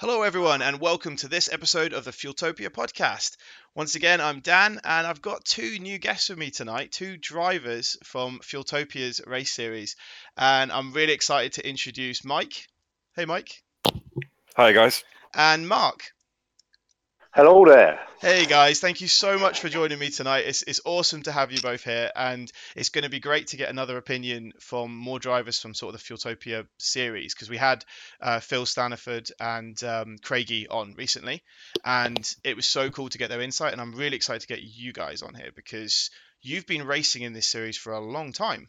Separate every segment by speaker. Speaker 1: Hello, everyone, and welcome to this episode of the Fueltopia podcast. Once again, I'm Dan, and I've got two new guests with me tonight, two drivers from Fueltopia's race series. And I'm really excited to introduce Mike. Hey, Mike.
Speaker 2: Hi guys.
Speaker 1: And Mark.
Speaker 3: Hello there.
Speaker 1: Hey guys, thank you so much for joining me tonight. It's, it's awesome to have you both here, and it's going to be great to get another opinion from more drivers from sort of the Fueltopia series because we had uh, Phil Staniford and um, Craigie on recently, and it was so cool to get their insight. And I'm really excited to get you guys on here because you've been racing in this series for a long time.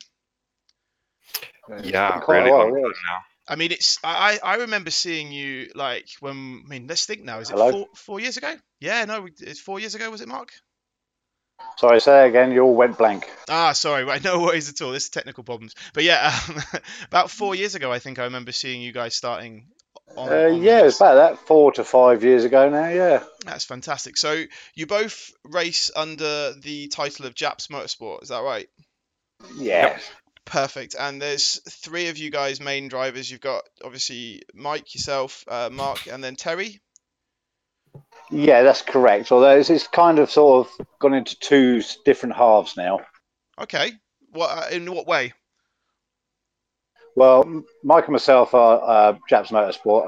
Speaker 2: Yeah,
Speaker 3: Quite
Speaker 2: really
Speaker 3: a
Speaker 2: long
Speaker 3: while,
Speaker 2: time
Speaker 3: yes.
Speaker 2: now.
Speaker 1: I mean, it's I I I remember seeing you like when I mean, let's think now. Is it
Speaker 3: Hello?
Speaker 1: four four years ago? Yeah, no, we- it's four years ago. Was it Mark?
Speaker 3: Sorry, say again. You all went blank.
Speaker 1: Ah, sorry, right, no worries at all. This is technical problems. But yeah, um, about four years ago, I think I remember seeing you guys starting on.
Speaker 3: Uh,
Speaker 1: on
Speaker 3: yeah, it's
Speaker 1: this.
Speaker 3: about that four to five years ago now. Yeah,
Speaker 1: That's fantastic. So you both race under the title of Japs Motorsport, is that right?
Speaker 3: yeah.
Speaker 1: Perfect. And there's three of you guys main drivers. You've got obviously Mike, yourself, uh, Mark, and then Terry.
Speaker 3: yeah, that's correct. Although it's, it's kind of sort of gone into two s- different halves now.
Speaker 1: Okay. What uh, in what way?
Speaker 3: Well, M- Mike and myself are uh, Japs Motorsport,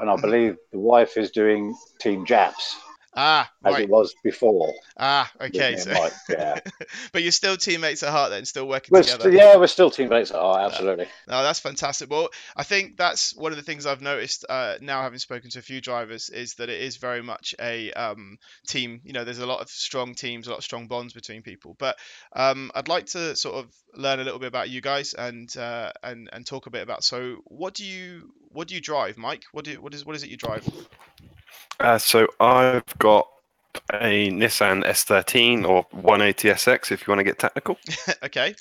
Speaker 1: Mm-hmm.
Speaker 3: and I believe the wife is doing Team Japs
Speaker 1: Ah,
Speaker 3: as
Speaker 1: right.
Speaker 3: it was before.
Speaker 1: Ah,
Speaker 3: with
Speaker 1: okay.
Speaker 3: me and
Speaker 1: So,
Speaker 3: Mike, yeah,
Speaker 1: but you're still teammates at heart, then, still working
Speaker 3: we're
Speaker 1: together.
Speaker 3: st- yeah, we're still teammates. Oh, absolutely.
Speaker 1: No, that's fantastic. Well, I think that's one of the things I've noticed uh, now, having spoken to a few drivers, is that it is very much a um, team. You know, there's a lot of strong teams, a lot of strong bonds between people. But um, I'd like to sort of learn a little bit about you guys and uh, and and talk a bit about. So, what do you what do you drive, Mike? What do what is what is it you drive?
Speaker 2: Uh, so I've got a Nissan S13 or 180 SX if you want to get technical.
Speaker 1: okay,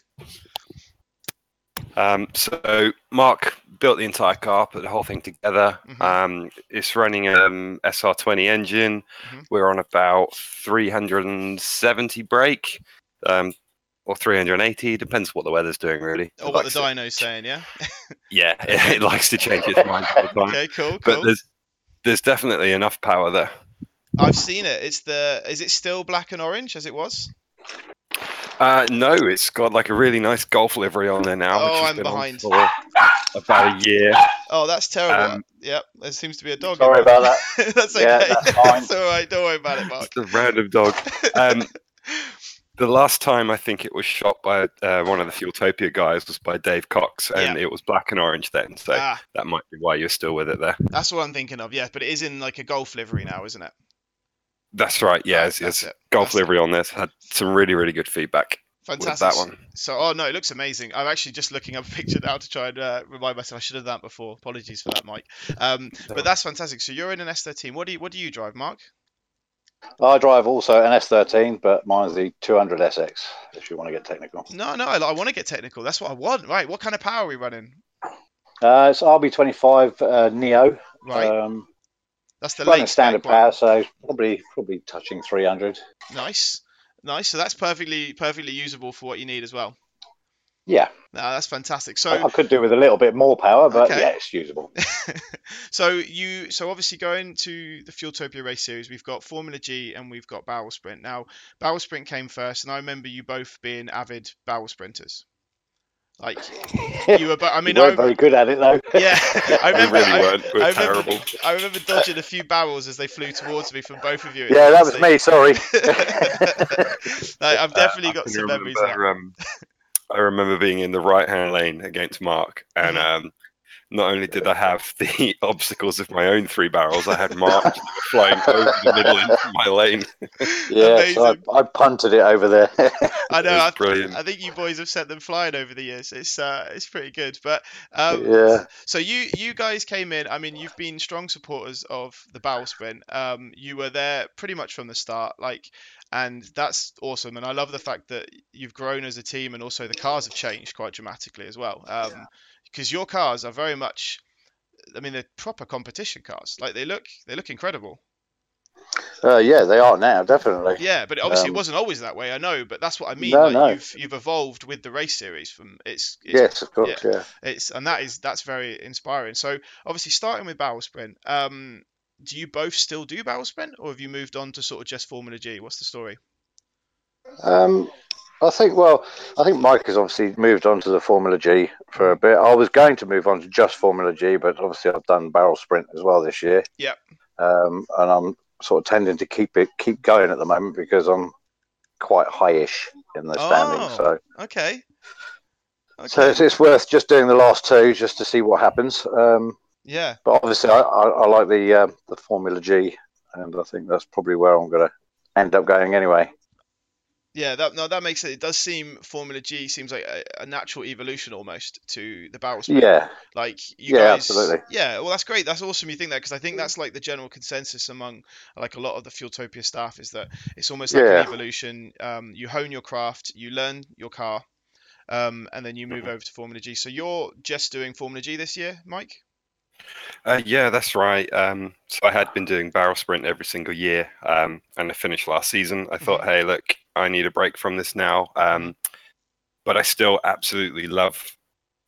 Speaker 2: Um, so Mark built the entire car, put the whole thing together.
Speaker 1: Mhm.
Speaker 2: Um, it's running um, SR20 engine.
Speaker 1: Mhm.
Speaker 2: We're on about 370 brake. Um, or 380 depends what the weather's doing
Speaker 1: or
Speaker 2: really It
Speaker 1: Oh, what the
Speaker 2: likes
Speaker 1: dyno's
Speaker 2: to-
Speaker 1: saying? Yeah.
Speaker 2: yeah it, likes to change its mind all the time
Speaker 1: Okay, cool,
Speaker 2: but
Speaker 1: cool.
Speaker 2: there's there's definitely enough power there
Speaker 1: I've seen it. It's the is it still black and orange as it was?
Speaker 2: Uh, no, it's got like a really nice golf livery on there now.
Speaker 1: Oh,
Speaker 2: which has
Speaker 1: I'm
Speaker 2: been on
Speaker 1: behind.
Speaker 2: for about a year.
Speaker 1: Oh, that's terrible.
Speaker 2: Um,
Speaker 1: yep, there seems to be a dog. in
Speaker 3: Sorry
Speaker 1: there.
Speaker 3: about that.
Speaker 1: that's okay.
Speaker 3: Yeah, that's fine.
Speaker 1: all right. Don't worry about it, Mark.
Speaker 2: Just a random dog. Um, the last time I think it was shot by uh, one of the Fueltopia guys was by Dave Cox, and it was black and orange then. So
Speaker 1: ah,
Speaker 2: that might be why you're still with it there.
Speaker 1: that's what I'm thinking of. Yeah, but it is in like a golf livery now, isn't it?
Speaker 2: That's right. Yeah,
Speaker 1: Right,
Speaker 2: it's,
Speaker 1: that's
Speaker 2: it's
Speaker 1: it.
Speaker 2: golf
Speaker 1: That's it.
Speaker 2: livery on this had some really really good feedback
Speaker 1: Fantastic.
Speaker 2: with that one.
Speaker 1: So, oh no, it looks amazing. I'm actually just looking up a picture now to try and uh, remind myself. I should have done that before. Apologies for that, Mike. Um, but that's fantastic. So you're in an S13. What do you What do you drive, Mark?
Speaker 3: I drive also an S13, but mine's the 200 SX. If you want to get technical.
Speaker 1: No, no, I, I want to get technical. That's what I want. Right. What kind of power are we running?
Speaker 3: Uh, it's RB25 uh, Neo.
Speaker 1: Right.
Speaker 3: Um,
Speaker 1: that's the
Speaker 3: running
Speaker 1: late
Speaker 3: standard
Speaker 1: spec one.
Speaker 3: power, so probably probably touching 300.
Speaker 1: Nice, nice. So that's perfectly perfectly usable for what you need as well.
Speaker 3: Yeah,
Speaker 1: No, that's fantastic. So
Speaker 3: I, I could do with a little bit more power, but
Speaker 1: Okay.
Speaker 3: yeah, it's usable.
Speaker 1: so you so obviously going to the Fueltopia race series, we've got Formula G and we've got Barrel Sprint. Now Barrel Sprint came first, and I remember you both being avid barrel sprinters. Like you were, but I
Speaker 3: We
Speaker 1: mean, I,
Speaker 3: weren't very good at it though.
Speaker 1: yeah, I
Speaker 2: We
Speaker 1: remember.
Speaker 2: really
Speaker 1: I,
Speaker 2: weren't. We're
Speaker 1: I remember-
Speaker 2: terrible.
Speaker 1: I remember dodging a few barrels as they flew towards me from both of you.
Speaker 3: yeah, that was
Speaker 1: Honestly.
Speaker 3: me. Sorry.
Speaker 1: Like, I've
Speaker 2: Uh,
Speaker 1: definitely
Speaker 2: I
Speaker 1: got
Speaker 2: can
Speaker 1: some memories. of that.
Speaker 2: remember, um, I remember being in the right hand lane against Mark, and
Speaker 1: Mm-hmm.
Speaker 2: um, not only did I have the obstacles of my own three barrels, I had Mark flying over the middle into my lane.
Speaker 3: Yeah, so
Speaker 1: Amazing.
Speaker 3: I, I punted it over there.
Speaker 1: I know.
Speaker 2: It was
Speaker 1: I,
Speaker 2: brilliant.
Speaker 1: I think you boys have sent them flying over the years. It's uh, it's pretty good. But um,
Speaker 3: yeah,
Speaker 1: So you you guys came in. I mean, you've been strong supporters of the barrel sprint. Um, you were there pretty much from the start, like, and that's awesome. And I love the fact that you've grown as a team, and also the cars have changed quite dramatically as well. Um, because your cars are very much, I mean, they're proper competition cars. Like they look they look incredible.
Speaker 3: uh, yeah, they are now definitely.
Speaker 1: Yeah, but obviously
Speaker 3: Um,
Speaker 1: it wasn't always that way. I know, but that's what I mean.
Speaker 3: No,
Speaker 1: like
Speaker 3: no.
Speaker 1: you've you've evolved with the race series from it's, it's
Speaker 3: Yes, of course. Yeah.
Speaker 1: it's and that is that's very inspiring so obviously starting with barrel sprint um do you both still do barrel sprint, or have you moved on to sort of just Formula G? What's the story?
Speaker 3: Um, I think well, I think Mike has obviously moved on to the Formula G for a bit. I was going to move on to just Formula G, but obviously I've done barrel sprint as well this year.
Speaker 1: Yeah.
Speaker 3: Um, and I'm sort of tending to keep it keep going at the moment because I'm quite high-ish in the standing.
Speaker 1: Oh,
Speaker 3: So
Speaker 1: Okay. okay.
Speaker 3: so it's, it's worth just doing the last two just to see what happens. Um,
Speaker 1: yeah.
Speaker 3: but obviously I, I, I like the uh, the Formula G, and I think that's probably where I'm going to end up going anyway.
Speaker 1: Yeah, that no, that makes it. It does seem Formula G seems like a, a natural evolution almost to the barrel sprint.
Speaker 3: Yeah,
Speaker 1: Like you
Speaker 3: Yeah,
Speaker 1: guys,
Speaker 3: absolutely.
Speaker 1: yeah. Well, that's great. That's awesome. You think that because I think that's like the general consensus among like a lot of the Fueltopia staff is that it's almost like
Speaker 3: Yeah.
Speaker 1: an evolution. Um, you hone your craft, you learn your car, um, and then you move
Speaker 3: Mm-hmm.
Speaker 2: Mhm.
Speaker 1: over to Formula G. So you're just doing Formula G this year, Mike?
Speaker 2: Uh, yeah, that's right. Um, so I had been doing barrel sprint every single year, um, and I finished last season. I
Speaker 1: Mm-hmm.
Speaker 2: thought, hey, look, I need a break from this now. Um, but I still absolutely love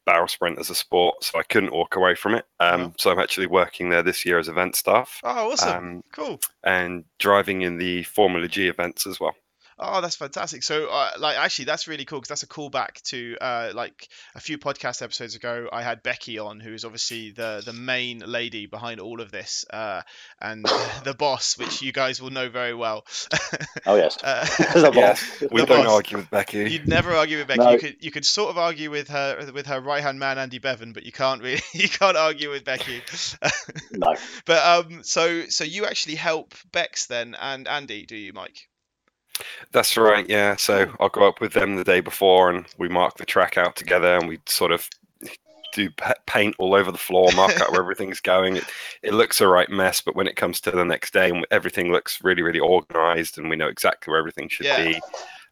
Speaker 2: barrel sprint as a sport, so I couldn't walk away from it. Um,
Speaker 1: Uh-huh.
Speaker 2: So I'm actually working there this year as event staff
Speaker 1: Oh, awesome!
Speaker 2: um,
Speaker 1: cool.
Speaker 2: and driving in the Formula G events as well.
Speaker 1: Oh, that's fantastic. So, uh, like, actually, that's really cool because that's a callback to uh, like a few podcast episodes ago. I had Becky on, who is obviously the the main lady behind all of this, uh, and the boss, which you guys will know very well.
Speaker 3: Oh yes.
Speaker 1: Uh,
Speaker 3: The boss.
Speaker 2: We
Speaker 1: The
Speaker 2: don't
Speaker 1: boss.
Speaker 2: argue with Becky.
Speaker 1: You'd never argue with Becky.
Speaker 3: No.
Speaker 1: You could you could sort of argue with her with her right hand man Andy Bevan, but you can't really you can't argue with Becky.
Speaker 3: No.
Speaker 1: But um, so so you actually help Bex then and Andy, do you, Mike?
Speaker 2: That's right, yeah. So I'll go up with them the day before and we mark the track out together and we sort of do pa- paint all over the floor, mark out where everything's going. It, it looks a right mess, but when it comes to the next day and everything looks really, really organized and we know exactly where everything should
Speaker 1: Yeah.
Speaker 2: be,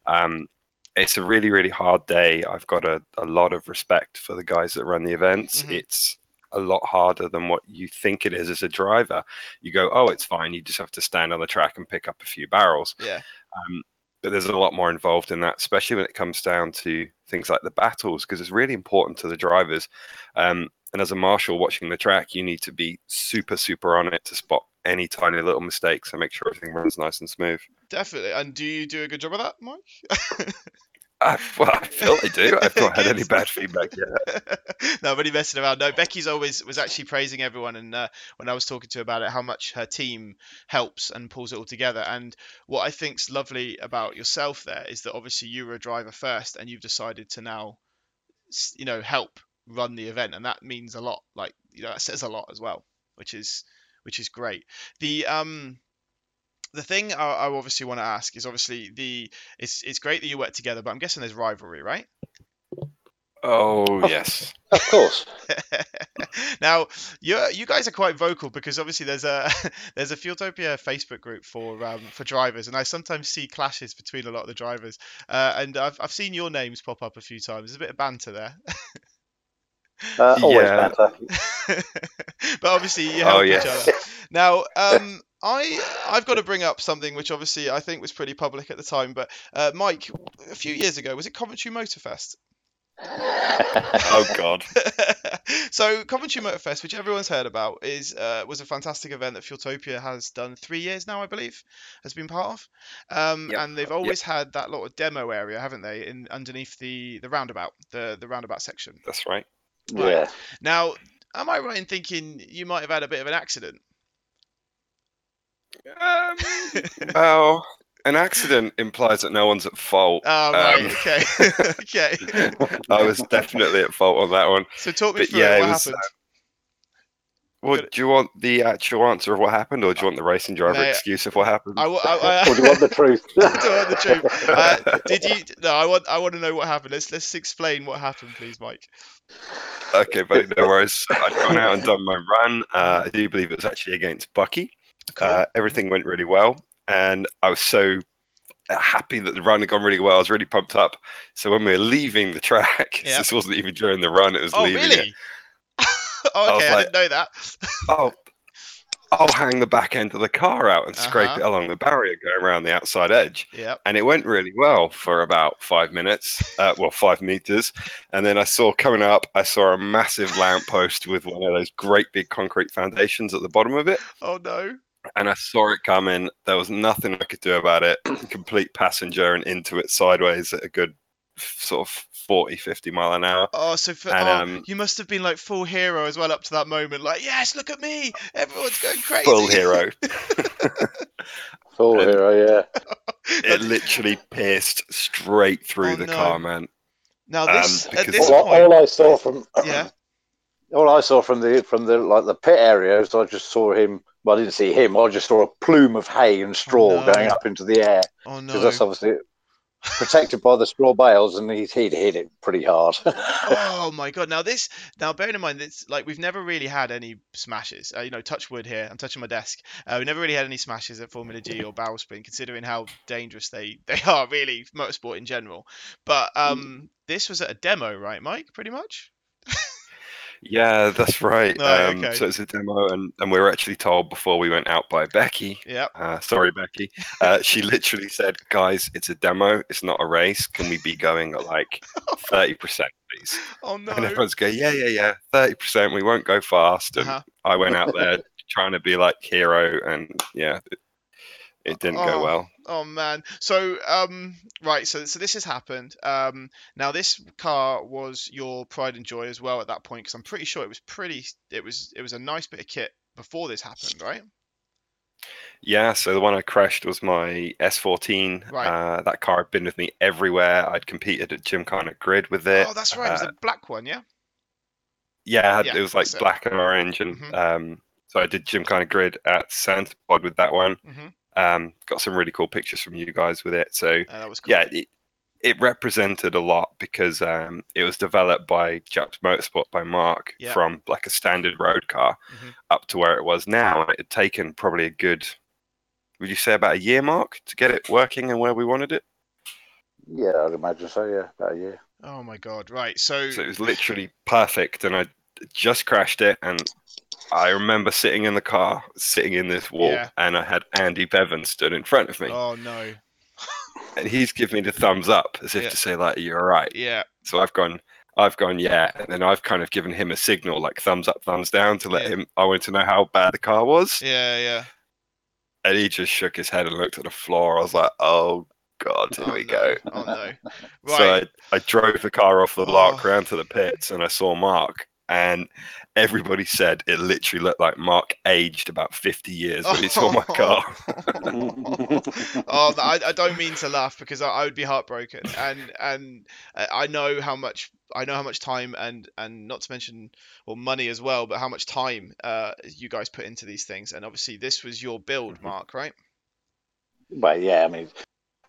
Speaker 2: um, it's a really, really hard day. I've got a, a lot of respect for the guys that run the events.
Speaker 1: Mhm.
Speaker 2: It's a lot harder than what you think it is as a driver. You go, oh, it's fine. You just have to stand on the track and pick up a few barrels.
Speaker 1: Yeah.
Speaker 2: Um, but there's a lot more involved in that, especially when it comes down to things like the battles, because it's really important to the drivers. Um, and as a marshal watching the track, you need to be super, super on it to spot any tiny little mistakes and make sure everything runs nice and smooth.
Speaker 1: Definitely. And do you do a good job of that, Mike?
Speaker 2: I, well, I feel I do. I've not had any
Speaker 1: Good.
Speaker 2: bad feedback yet.
Speaker 1: no, really messing around. No, Becky's always was actually praising everyone, and uh, when I was talking to her about it, how much her team helps and pulls it all together. And what I think's lovely about yourself there is that obviously you were a driver first, and you've decided to now, s- you know, help run the event, and that means a lot. Like you know, that says a lot as well, which is which is great. The um. The thing I, I obviously want to ask is obviously the it's it's great that you work together, but I'm guessing there's rivalry, right?
Speaker 2: Oh, yes.
Speaker 3: Of course.
Speaker 1: now you you guys are quite vocal because obviously there's a there's a Fieldtopia Facebook group for um, for drivers and I sometimes see clashes between a lot of the drivers uh, and I've, I've seen your names pop up a few times there's a bit of banter there
Speaker 3: Uh, always
Speaker 2: Yeah.
Speaker 3: better.
Speaker 1: but obviously you help
Speaker 2: Oh,
Speaker 1: each
Speaker 2: yes.
Speaker 1: other now um, I I've got to bring up something which obviously I think was pretty public at the time but uh, Mike a few years ago was it Coventry Motorfest
Speaker 2: Oh, God.
Speaker 1: so Coventry Motorfest, which everyone's heard about, is uh, was a fantastic event that Fueltopia has done three years now, I believe, has been part of. Um,
Speaker 2: Yep.
Speaker 1: And they've always had that little demo area, haven't they, in underneath the the roundabout, the the roundabout section.
Speaker 2: That's right.
Speaker 1: Right.
Speaker 3: yeah.
Speaker 1: Now, am I right in thinking you might have had a bit of an accident? Oh,
Speaker 2: Um, well, an accident implies that no one's at fault.
Speaker 1: Oh, right.
Speaker 2: Um.
Speaker 1: Okay. okay.
Speaker 2: I was definitely at fault on that one.
Speaker 1: So talk me
Speaker 2: But
Speaker 1: through it,
Speaker 2: yeah, it
Speaker 1: what
Speaker 2: was, uh,
Speaker 1: happened.
Speaker 2: Well,
Speaker 1: Got it.
Speaker 2: do you want the actual answer of what happened, or do you want the racing driver
Speaker 1: Mate,
Speaker 2: excuse of what happened?
Speaker 1: I, wa- I, I,
Speaker 3: or do you want the truth?
Speaker 1: I don't want the truth. Uh, did you? No, I want. I want to know what happened. Let's let's explain what happened, please, Mike.
Speaker 2: okay, but no worries. I'd gone out and done my run. Uh, I do believe it was actually against Bucky. Uh, everything went really well, and I was so happy that the run had gone really well. I was really pumped up. So when we were leaving the track,
Speaker 1: Yeah.
Speaker 2: this wasn't even during the run; it was
Speaker 1: Oh,
Speaker 2: leaving. it.
Speaker 1: really? oh,
Speaker 2: was
Speaker 1: okay, I,
Speaker 2: like-
Speaker 1: didn't know that.
Speaker 2: Oh, I'll hang the back end of the car out and scrape
Speaker 1: Uh-huh.
Speaker 2: it along the barrier going around the outside edge.
Speaker 1: Yep.
Speaker 2: And it went really well for about five minutes, uh, well, five meters. And then I saw coming up, I saw a massive lamppost with one of those great big concrete foundations at the bottom of it.
Speaker 1: Oh no.
Speaker 2: And I saw it coming. There was nothing I could do about it. Complete passenger and into it sideways at a good sort of 40, 50 mile an hour.
Speaker 1: Oh, so for,
Speaker 2: And,
Speaker 1: oh,
Speaker 2: um,
Speaker 1: you must have been like full hero as well up to that moment. Like, yes, look at me. Everyone's Oh, going crazy.
Speaker 2: Full hero.
Speaker 3: Full
Speaker 2: Good.
Speaker 3: hero, yeah.
Speaker 2: It
Speaker 1: That's-
Speaker 2: literally pierced straight through
Speaker 1: Oh,
Speaker 2: the
Speaker 1: no.
Speaker 2: car, man.
Speaker 1: now
Speaker 2: um,
Speaker 1: this at
Speaker 2: because-
Speaker 1: this
Speaker 3: All, I-
Speaker 1: point,
Speaker 3: all I saw from
Speaker 1: yeah.
Speaker 3: all I saw from the from the like the pit area is I just saw him. Well, I didn't see him. I just saw a plume of hay and straw
Speaker 1: no.
Speaker 3: going up into the air
Speaker 1: Oh
Speaker 3: because
Speaker 1: no.
Speaker 3: that's obviously protected by the straw bales, and he'd, he'd hit it pretty hard.
Speaker 1: oh my god now this now bearing in mind it's like we've never really had any smashes uh, you know touch wood here i'm touching my desk uh, we never really had any smashes at formula g or barrel sprint considering how dangerous they they are really motorsport in general but um this was at a demo right mike pretty much
Speaker 2: Yeah, that's right.
Speaker 1: Right,
Speaker 2: um,
Speaker 1: okay.
Speaker 2: So it's a demo, and, and we were actually told before we went out by Becky.
Speaker 1: yeah
Speaker 2: Uh, sorry, Becky. Uh, she literally said, "Guys, it's a demo. It's not a race. Can we be going at like thirty percent, please?"
Speaker 1: oh no
Speaker 2: And everyone's going, "Yeah, yeah, yeah, thirty percent. We won't go fast." And
Speaker 1: Uh-huh.
Speaker 2: I went out there trying to be like hero, and yeah, it, it didn't
Speaker 1: Oh.
Speaker 2: go well.
Speaker 1: Oh man. So um right, so so this has happened. Um now this car was your pride and joy as well at that point because I'm pretty sure it was pretty it was it was a nice bit of kit before this happened, right?
Speaker 2: Yeah, so the one I crashed was my S14.
Speaker 1: Right.
Speaker 2: Uh, that car had been with me everywhere. I'd competed at Gymkhana Grid with it.
Speaker 1: oh, that's right. It was
Speaker 2: uh,
Speaker 1: the black one, yeah?
Speaker 2: Yeah, I had-
Speaker 1: Yeah,
Speaker 2: it was like
Speaker 1: that's it.
Speaker 2: black and orange, and
Speaker 1: Mhm.
Speaker 2: um, so I did Jim kind of grid at Santa Pod with that one.
Speaker 1: Mhm.
Speaker 2: Um, got some really cool pictures from you guys with it. So
Speaker 1: Uh, that was cool.
Speaker 2: yeah, it, it represented a lot because um, it was developed by Japs Motorsport by Mark
Speaker 1: Yeah.
Speaker 2: from like a standard road car
Speaker 1: Mhm.
Speaker 2: up to where it was now, and it had taken probably a good, would you say about a year mark to get it working and where we wanted it.
Speaker 3: yeah, I'd imagine so. Yeah, about a year.
Speaker 1: Oh my god. Right. So,
Speaker 2: So it was literally perfect, and I just crashed it. And I remember sitting in the car, sitting in this wall,
Speaker 1: Yeah.
Speaker 2: and I had Andy Bevan stood in front of me,
Speaker 1: oh no.
Speaker 2: and he's giving me the thumbs up as if
Speaker 1: Yeah.
Speaker 2: to say, like, "You're all right."
Speaker 1: Yeah.
Speaker 2: So I've gone, I've gone, yeah, and then I've kind of given him a signal, like thumbs up, thumbs down, to let
Speaker 1: Yeah.
Speaker 2: him. I wanted to know how bad the car was,
Speaker 1: Yeah, yeah.
Speaker 2: and he just shook his head and looked at the floor. I was like, "Oh God, here
Speaker 1: oh,
Speaker 2: we
Speaker 1: no.
Speaker 2: go."
Speaker 1: Oh no.
Speaker 2: So
Speaker 1: Right.
Speaker 2: I, I drove the car off the block
Speaker 1: Oh.
Speaker 2: round to the pits and I saw Mark and everybody said it literally looked like Mark aged about 50 years when he saw my car.
Speaker 1: Oh, I, I don't mean to laugh because I, I would be heartbroken, and and I I know how much I know how much time and and not to mention or money as well, but how much time uh, you guys put into these things, and obviously this was your build,
Speaker 2: Mhm.
Speaker 1: Mark, right?
Speaker 3: Well, yeah, I mean,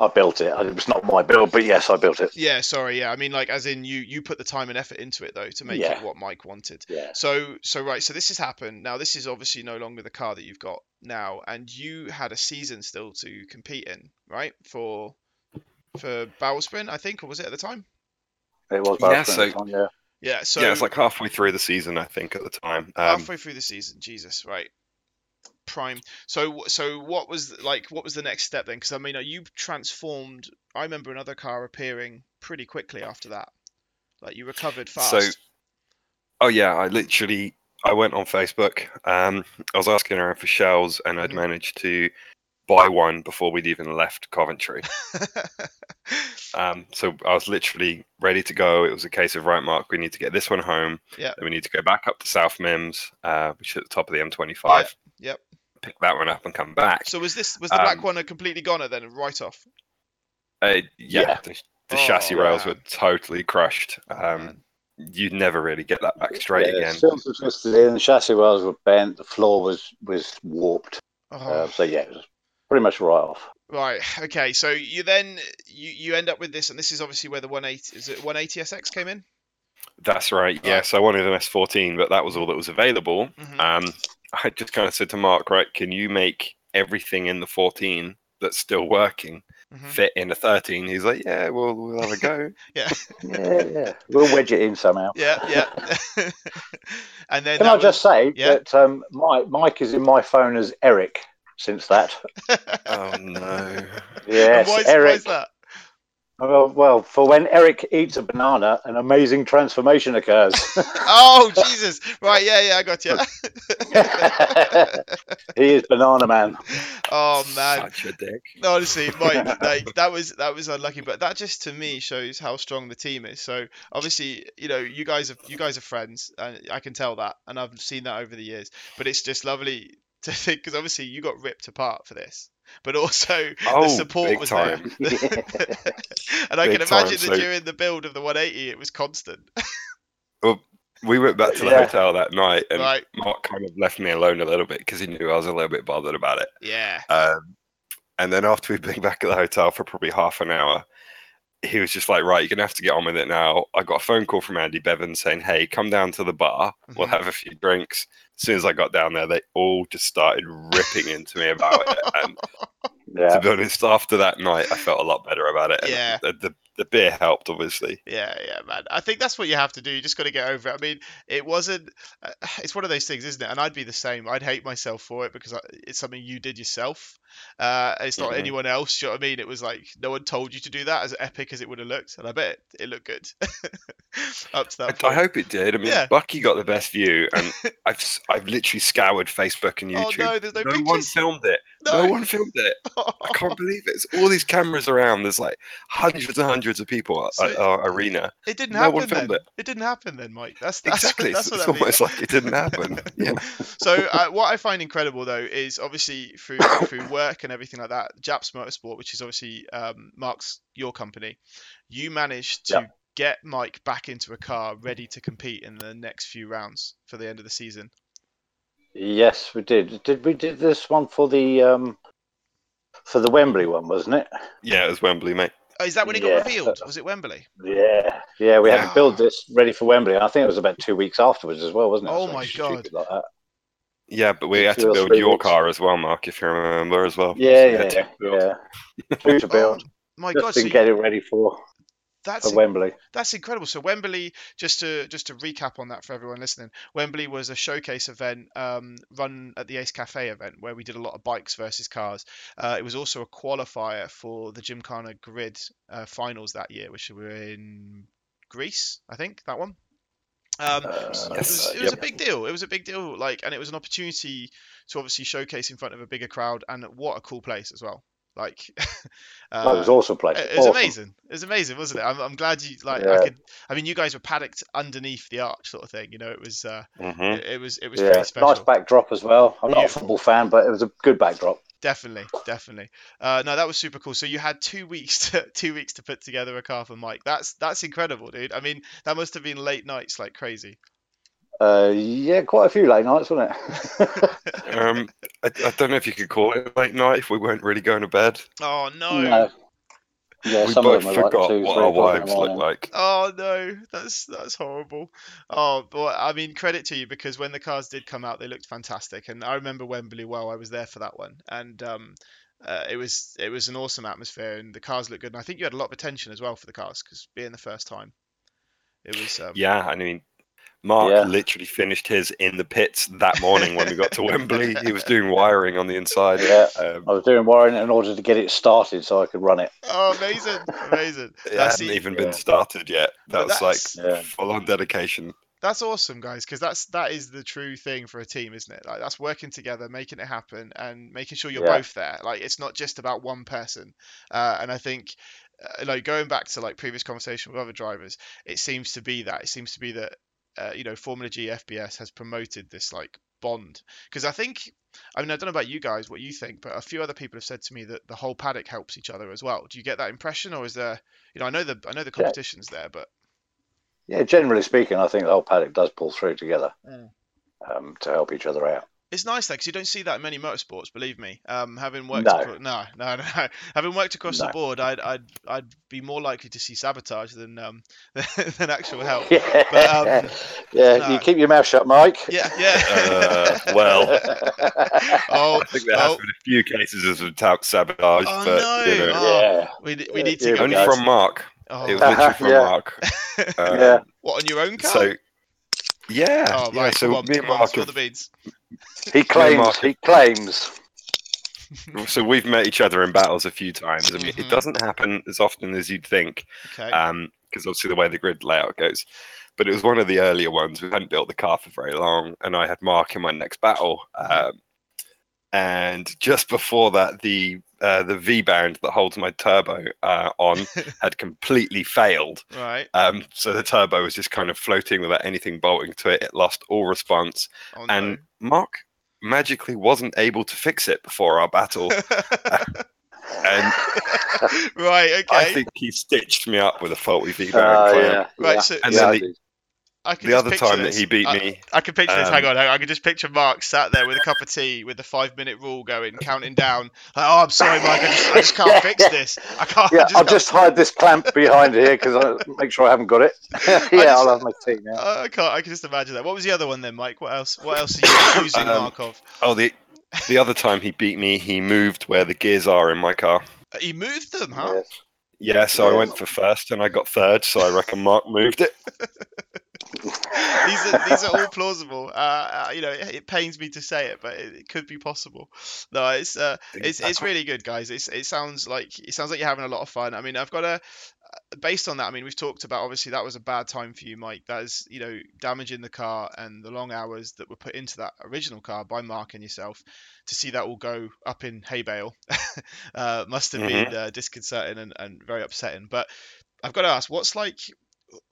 Speaker 3: I built it. It was not my build, but yes, I built it.
Speaker 1: Yeah, sorry, yeah, I mean like as in you you put the time and effort into it though to make
Speaker 3: Yeah.
Speaker 1: it what Mike wanted.
Speaker 3: Yeah.
Speaker 1: So so right, so this has happened. Now this is obviously no longer the car that you've got now, and you had a season still to compete in, right? For for barrel sprint, I think, or was it at the time?
Speaker 3: It was about
Speaker 2: Yeah,
Speaker 3: yeah,
Speaker 2: so-
Speaker 3: yeah.
Speaker 1: Yeah, so
Speaker 2: yeah, it's like halfway through the season, I think, at the time. Um,
Speaker 1: halfway through the season, Jesus, right? Prime. So, so what was like? What was the next step then? Because I mean, uh, you transformed. I remember another car appearing pretty quickly after that. Like you recovered fast.
Speaker 2: So- oh, yeah, I literally I went on Facebook. Um, I was asking around for shells and I'd
Speaker 1: Mhm.
Speaker 2: managed to buy one before we'd even left Coventry. Um, so I was literally ready to go. It was a case of right, Mark, we need to get this one home.
Speaker 1: Yeah.
Speaker 2: Then we need to go back up to South Mims, uh, which is at the top of the M25.
Speaker 1: Yeah, yep.
Speaker 2: Pick that one up and come back.
Speaker 1: so was this was the black
Speaker 2: Um,
Speaker 1: one a completely goner then, a write off?
Speaker 2: Uh, yeah,
Speaker 3: Yeah.
Speaker 2: the, the
Speaker 1: Oh,
Speaker 2: chassis rails
Speaker 1: man.
Speaker 2: were totally crushed. Um,
Speaker 1: man.
Speaker 2: you'd never really get that back straight
Speaker 3: Yeah,
Speaker 2: again.
Speaker 3: silks were twisted in, the chassis wheels were bent, the floor was was warped.
Speaker 1: Oh,
Speaker 3: Uh, so yeah, it was pretty much right off.
Speaker 1: right. Okay. So you then you you end up with this, and this is obviously where the one eight is it one eighty SX came in.
Speaker 2: That's right. Yes, I wanted an S14, but that was all that was available.
Speaker 1: Mhm.
Speaker 2: Um, I just kind of said to Mark, right, can you make everything in the 14 that's still working?
Speaker 1: Mhm.
Speaker 2: fit in a 13. He's like, yeah, we'll, we'll have a go.
Speaker 3: Yeah, yeah. We'll wedge it in somehow.
Speaker 1: Yeah, yeah. and then
Speaker 3: Can
Speaker 1: that
Speaker 3: I
Speaker 1: was-
Speaker 3: just say
Speaker 1: yeah.
Speaker 3: that um, Mike, Mike is in my phone as Eric since that.
Speaker 2: oh, no.
Speaker 1: And
Speaker 3: Yes,
Speaker 1: why, is, why
Speaker 3: Eric.
Speaker 1: is that?
Speaker 3: Well, well, for when Eric eats a banana, an amazing transformation occurs.
Speaker 1: Oh Jesus! Right, yeah, yeah, I got you.
Speaker 3: he is Banana Man.
Speaker 1: Oh man,
Speaker 2: Such a dick.
Speaker 1: No, honestly, Mike, like that was that was unlucky, but that just to me shows how strong the team is. So obviously, you know, you guys are you guys are friends, and I can tell that, and I've seen that over the years. But it's just lovely to think because obviously you got ripped apart for this, but also
Speaker 2: Oh,
Speaker 1: the support
Speaker 2: big
Speaker 1: was
Speaker 2: time.
Speaker 1: there, and I
Speaker 2: Big
Speaker 1: can imagine
Speaker 2: time,
Speaker 1: that
Speaker 2: so-
Speaker 1: during the build of the 180, it was constant,
Speaker 2: We went back to the
Speaker 3: Yeah.
Speaker 2: hotel that night and
Speaker 1: right?
Speaker 2: Mark kind of left me alone a little bit because he knew I was a little bit bothered about it.
Speaker 1: Yeah,
Speaker 2: Um, and then after we'd been back at the hotel for probably half an hour, he was just like, "Right, you're gonna have to get on with it now." I got a phone call from Andy Bevan saying, "Hey, come down to the bar. We'll
Speaker 1: Mhm.
Speaker 2: have a few drinks." As soon as I got down there, they all just started ripping into me about it. And to
Speaker 3: Yeah.
Speaker 2: be honest, after that night, I felt a lot better about it. And
Speaker 1: Yeah.
Speaker 2: The, the, the beer helped, obviously.
Speaker 1: Yeah, yeah, man. I think that's what you have to do. You just got to get over it. I mean, it wasn't. Uh, it's one of those things, isn't it? And I'd be the same. I'd hate myself for it because I, it's something you did yourself. Uh, it's not
Speaker 2: Mhm.
Speaker 1: anyone else. You know what I mean? It was like no one told you to do that. As epic as it would have looked, and I bet it, it looked good up to
Speaker 2: I,
Speaker 1: that
Speaker 2: I
Speaker 1: point.
Speaker 2: hope it did. I mean,
Speaker 1: Yeah.
Speaker 2: Bucky got the best view, and I've s- I've literally scoured Facebook and
Speaker 1: oh
Speaker 2: YouTube.
Speaker 1: no, there's no,
Speaker 2: no one
Speaker 1: pictures.
Speaker 2: filmed it.
Speaker 1: No.
Speaker 2: no one filmed it. I can't believe it. It's all these cameras around. There's like hundreds and hundreds of people at, at
Speaker 1: So-
Speaker 2: our arena.
Speaker 1: it didn't
Speaker 2: no
Speaker 1: happen
Speaker 2: one filmed
Speaker 1: then. It. didn't happen then, Mike. That's that's
Speaker 2: exactly.
Speaker 1: That's
Speaker 2: it's
Speaker 1: what
Speaker 2: it's
Speaker 1: that means.
Speaker 2: almost like it didn't happen. Yeah.
Speaker 1: so uh, what I find incredible though is obviously through through work and everything like that, Japs Motorsport, which is obviously um, Mark's your company, you managed to
Speaker 3: Yeah.
Speaker 1: get Mike back into a car ready to compete in the next few rounds for the end of the season.
Speaker 3: Yes, we did. Did we did this one for the um for the Wembley one, wasn't it?
Speaker 2: yeah, it was Wembley, mate.
Speaker 1: Oh, is that when it
Speaker 3: Yeah.
Speaker 1: got revealed? Was it Wembley?
Speaker 3: Yeah, yeah. We had
Speaker 1: Yeah.
Speaker 3: to build this ready for Wembley. I think it was about two weeks afterwards as well, wasn't it?
Speaker 1: Oh
Speaker 3: Something
Speaker 1: my
Speaker 3: stupid like that.
Speaker 2: Yeah, but we
Speaker 3: Two
Speaker 2: had to
Speaker 3: or
Speaker 2: build
Speaker 3: three
Speaker 2: your
Speaker 3: weeks.
Speaker 2: car as well, Mark, if you remember as well.
Speaker 3: Yeah,
Speaker 2: So we had
Speaker 3: yeah,
Speaker 2: to build.
Speaker 3: yeah. Two to build,
Speaker 1: Oh My
Speaker 3: just
Speaker 1: God, uh,
Speaker 3: to
Speaker 1: so you-
Speaker 3: get it ready for,
Speaker 1: that's
Speaker 3: for Wembley.
Speaker 1: That's incredible. So Wembley, just to just to recap on that for everyone listening, Wembley was a showcase event um, run at the Ace Cafe event where we did a lot of bikes versus cars. Uh, it was also a qualifier for the Gymkhana Grid uh, finals that year, which were in Greece, I think that one. Um,
Speaker 3: Uh,
Speaker 1: it was, it was
Speaker 2: Yep.
Speaker 1: a big deal. It was a big deal, like, and it was an opportunity to obviously showcase in front of a bigger crowd, and what a cool place as well. Like, uh,
Speaker 3: that was awesome place.
Speaker 1: it was
Speaker 3: awesome.
Speaker 1: amazing. It was amazing, wasn't it? I'm, I'm glad you like. I
Speaker 3: Yeah.
Speaker 1: could. I mean, you guys were paddocked underneath the arch, sort of thing. You know, it was. Uh,
Speaker 2: Mhm.
Speaker 1: it, it was. It was
Speaker 3: Yeah,
Speaker 1: pretty special.
Speaker 3: nice backdrop as well. I'm not a
Speaker 1: Beautiful.
Speaker 3: football fan, but it was a good backdrop.
Speaker 1: Definitely, definitely. Uh, no, that was super cool. So you had two weeks, to, two weeks to put together a car for Mike. That's that's incredible, dude. I mean, that must have been late nights like crazy.
Speaker 3: Uh, yeah, quite a few late nights, wasn't it?
Speaker 2: Um, I, I don't know if you could call it late night if we weren't really going to bed.
Speaker 1: Oh no.
Speaker 3: No. Yeah,
Speaker 2: we
Speaker 3: some
Speaker 2: both
Speaker 3: of them are like
Speaker 2: forgot
Speaker 3: two,
Speaker 2: what
Speaker 3: three
Speaker 2: our
Speaker 3: o'clock in
Speaker 2: wives
Speaker 3: the
Speaker 2: look
Speaker 3: morning.
Speaker 2: like.
Speaker 1: Oh no, that's that's horrible. Oh, but I mean, credit to you because when the cars did come out, they looked fantastic, and I remember Wembley well. I was there for that one, and um, uh, it was it was an awesome atmosphere, and the cars looked good. And I think you had a lot of attention as well for the cars because being the first time, it was um,
Speaker 2: Yeah, I mean, Mark
Speaker 3: Yeah.
Speaker 2: literally finished his in the pits that morning when we got to Wembley. He was doing wiring on the inside.
Speaker 3: Yeah.
Speaker 2: Um,
Speaker 3: I was doing wiring in order to get it started so I could run it.
Speaker 1: oh amazing, amazing.
Speaker 2: it
Speaker 1: Now,
Speaker 2: hadn't
Speaker 1: see,
Speaker 2: even
Speaker 3: yeah.
Speaker 2: been started yet. That
Speaker 1: but
Speaker 2: was like
Speaker 1: that's- uh,
Speaker 3: Yeah.
Speaker 2: full on dedication.
Speaker 1: That's awesome, guys, because that's that is the true thing for a team, isn't it? Like that's working together, making it happen, and making sure you're
Speaker 3: Yeah.
Speaker 1: both there. Like it's not just about one person. Uh, and I think, uh, like going back to like previous conversation with other drivers, it seems to be that it seems to be that uh, you know Formula G FBS has promoted this like bond because I think. I mean, I don't know about you guys, what you think, but a few other people have said to me that the whole paddock helps each other as well. Do you get that impression, or is there, you know, I know the I know the competition's there, but
Speaker 3: Yeah, generally speaking, I think the whole paddock does pull through together
Speaker 1: Mm.
Speaker 3: um, to help each other out.
Speaker 1: It's nice though because you don't see that in many motorsports. Believe me, um, having worked
Speaker 3: No.
Speaker 1: acro- no, no, no, having worked across the
Speaker 3: No.
Speaker 1: board, I'd, I'd, I'd be more likely to see sabotage than um, than actual help.
Speaker 3: Yeah,
Speaker 1: But, um,
Speaker 3: yeah.
Speaker 1: no.
Speaker 3: You keep your mouth shut, Mike.
Speaker 1: Yeah, yeah.
Speaker 2: Uh, well,
Speaker 1: oh,
Speaker 2: I think there has
Speaker 1: Oh.
Speaker 2: been a few cases of attempt sabotage,
Speaker 1: Oh,
Speaker 2: but
Speaker 1: no.
Speaker 2: you know,
Speaker 1: Oh,
Speaker 3: yeah.
Speaker 1: we, ne- we need to
Speaker 3: Yeah,
Speaker 1: go
Speaker 2: only
Speaker 1: back
Speaker 3: guys.
Speaker 2: from Mark.
Speaker 1: Oh,
Speaker 2: It was
Speaker 3: Uh-huh,
Speaker 2: literally from
Speaker 3: yeah.
Speaker 2: Mark. Um,
Speaker 3: Yeah.
Speaker 1: what on your own car?
Speaker 2: So, yeah,
Speaker 1: oh,
Speaker 2: yeah.
Speaker 1: right.
Speaker 2: So
Speaker 1: come on,
Speaker 2: me and
Speaker 1: come on,
Speaker 2: Mark
Speaker 1: spill
Speaker 2: have
Speaker 1: the beans.
Speaker 3: He claims.
Speaker 2: Mark.
Speaker 3: He claims.
Speaker 2: so we've met each other in battles a few times. I mean,
Speaker 1: Mhm.
Speaker 2: it doesn't happen as often as you'd think,
Speaker 1: Okay.
Speaker 2: because um, obviously the way the grid layout goes. But it was one of the earlier ones. We hadn't built the car for very long, and I had Mark in my next battle.
Speaker 3: Mm-hmm.
Speaker 2: Um, and just before that, the uh, the V band that holds my turbo uh, on had completely failed.
Speaker 1: right.
Speaker 2: Um, so the turbo was just kind of floating without anything bolting to it. It lost all response,
Speaker 1: Oh, no.
Speaker 2: and Mark magically wasn't able to fix it before our battle. and
Speaker 1: right. Okay.
Speaker 2: I think he stitched me up with a faulty V band
Speaker 3: Uh,
Speaker 2: clamp.
Speaker 3: yeah.
Speaker 1: Right,
Speaker 3: yeah.
Speaker 1: so-
Speaker 2: And
Speaker 3: Yeah,
Speaker 2: then
Speaker 3: I
Speaker 2: the-
Speaker 3: do.
Speaker 1: I can
Speaker 2: The
Speaker 1: just
Speaker 2: other
Speaker 1: picture uh,
Speaker 2: time
Speaker 1: this.
Speaker 2: that he beat
Speaker 3: uh,
Speaker 1: I-
Speaker 2: me,
Speaker 1: I can picture this. Hang
Speaker 2: Um,
Speaker 1: on, hang on. I can just picture Mark sat there with a cup of tea with the five minute rule going, counting down. Like, oh, I'm sorry, Mike. I just, I just can't
Speaker 3: Yeah,
Speaker 1: fix
Speaker 3: yeah.
Speaker 1: this. I can't.
Speaker 3: Yeah,
Speaker 1: I just
Speaker 3: I'll
Speaker 1: can't-
Speaker 3: just hide this clamp behind here because I make sure I haven't got it. yeah,
Speaker 1: just-
Speaker 3: I'll have my tea now.
Speaker 1: I can't. I can just imagine that. What was the other one then, Mike? What else? What else are you accusing
Speaker 2: Um,
Speaker 1: Mark of?
Speaker 2: oh the the other time he beat me, he moved where the gears are in my car.
Speaker 1: Uh, He moved them, huh?
Speaker 3: Yes.
Speaker 2: Yeah, so I went for first and I got third, so I reckon Mark moved it.
Speaker 1: these are these are all plausible. Uh, uh, you know, it, it pains me to say it, but it, it could be possible. No, it's uh, it's it's really good, guys. It's it sounds like it sounds like you're having a lot of fun. I mean, I've got a based on that. I mean, we've talked about obviously that was a bad time for you, Mike. That is, you know, damaging the car and the long hours that were put into that original car by Mark and yourself. To see that all go up in hay bale uh, must have been uh, disconcerting and, and very upsetting. But I've got to ask, what's like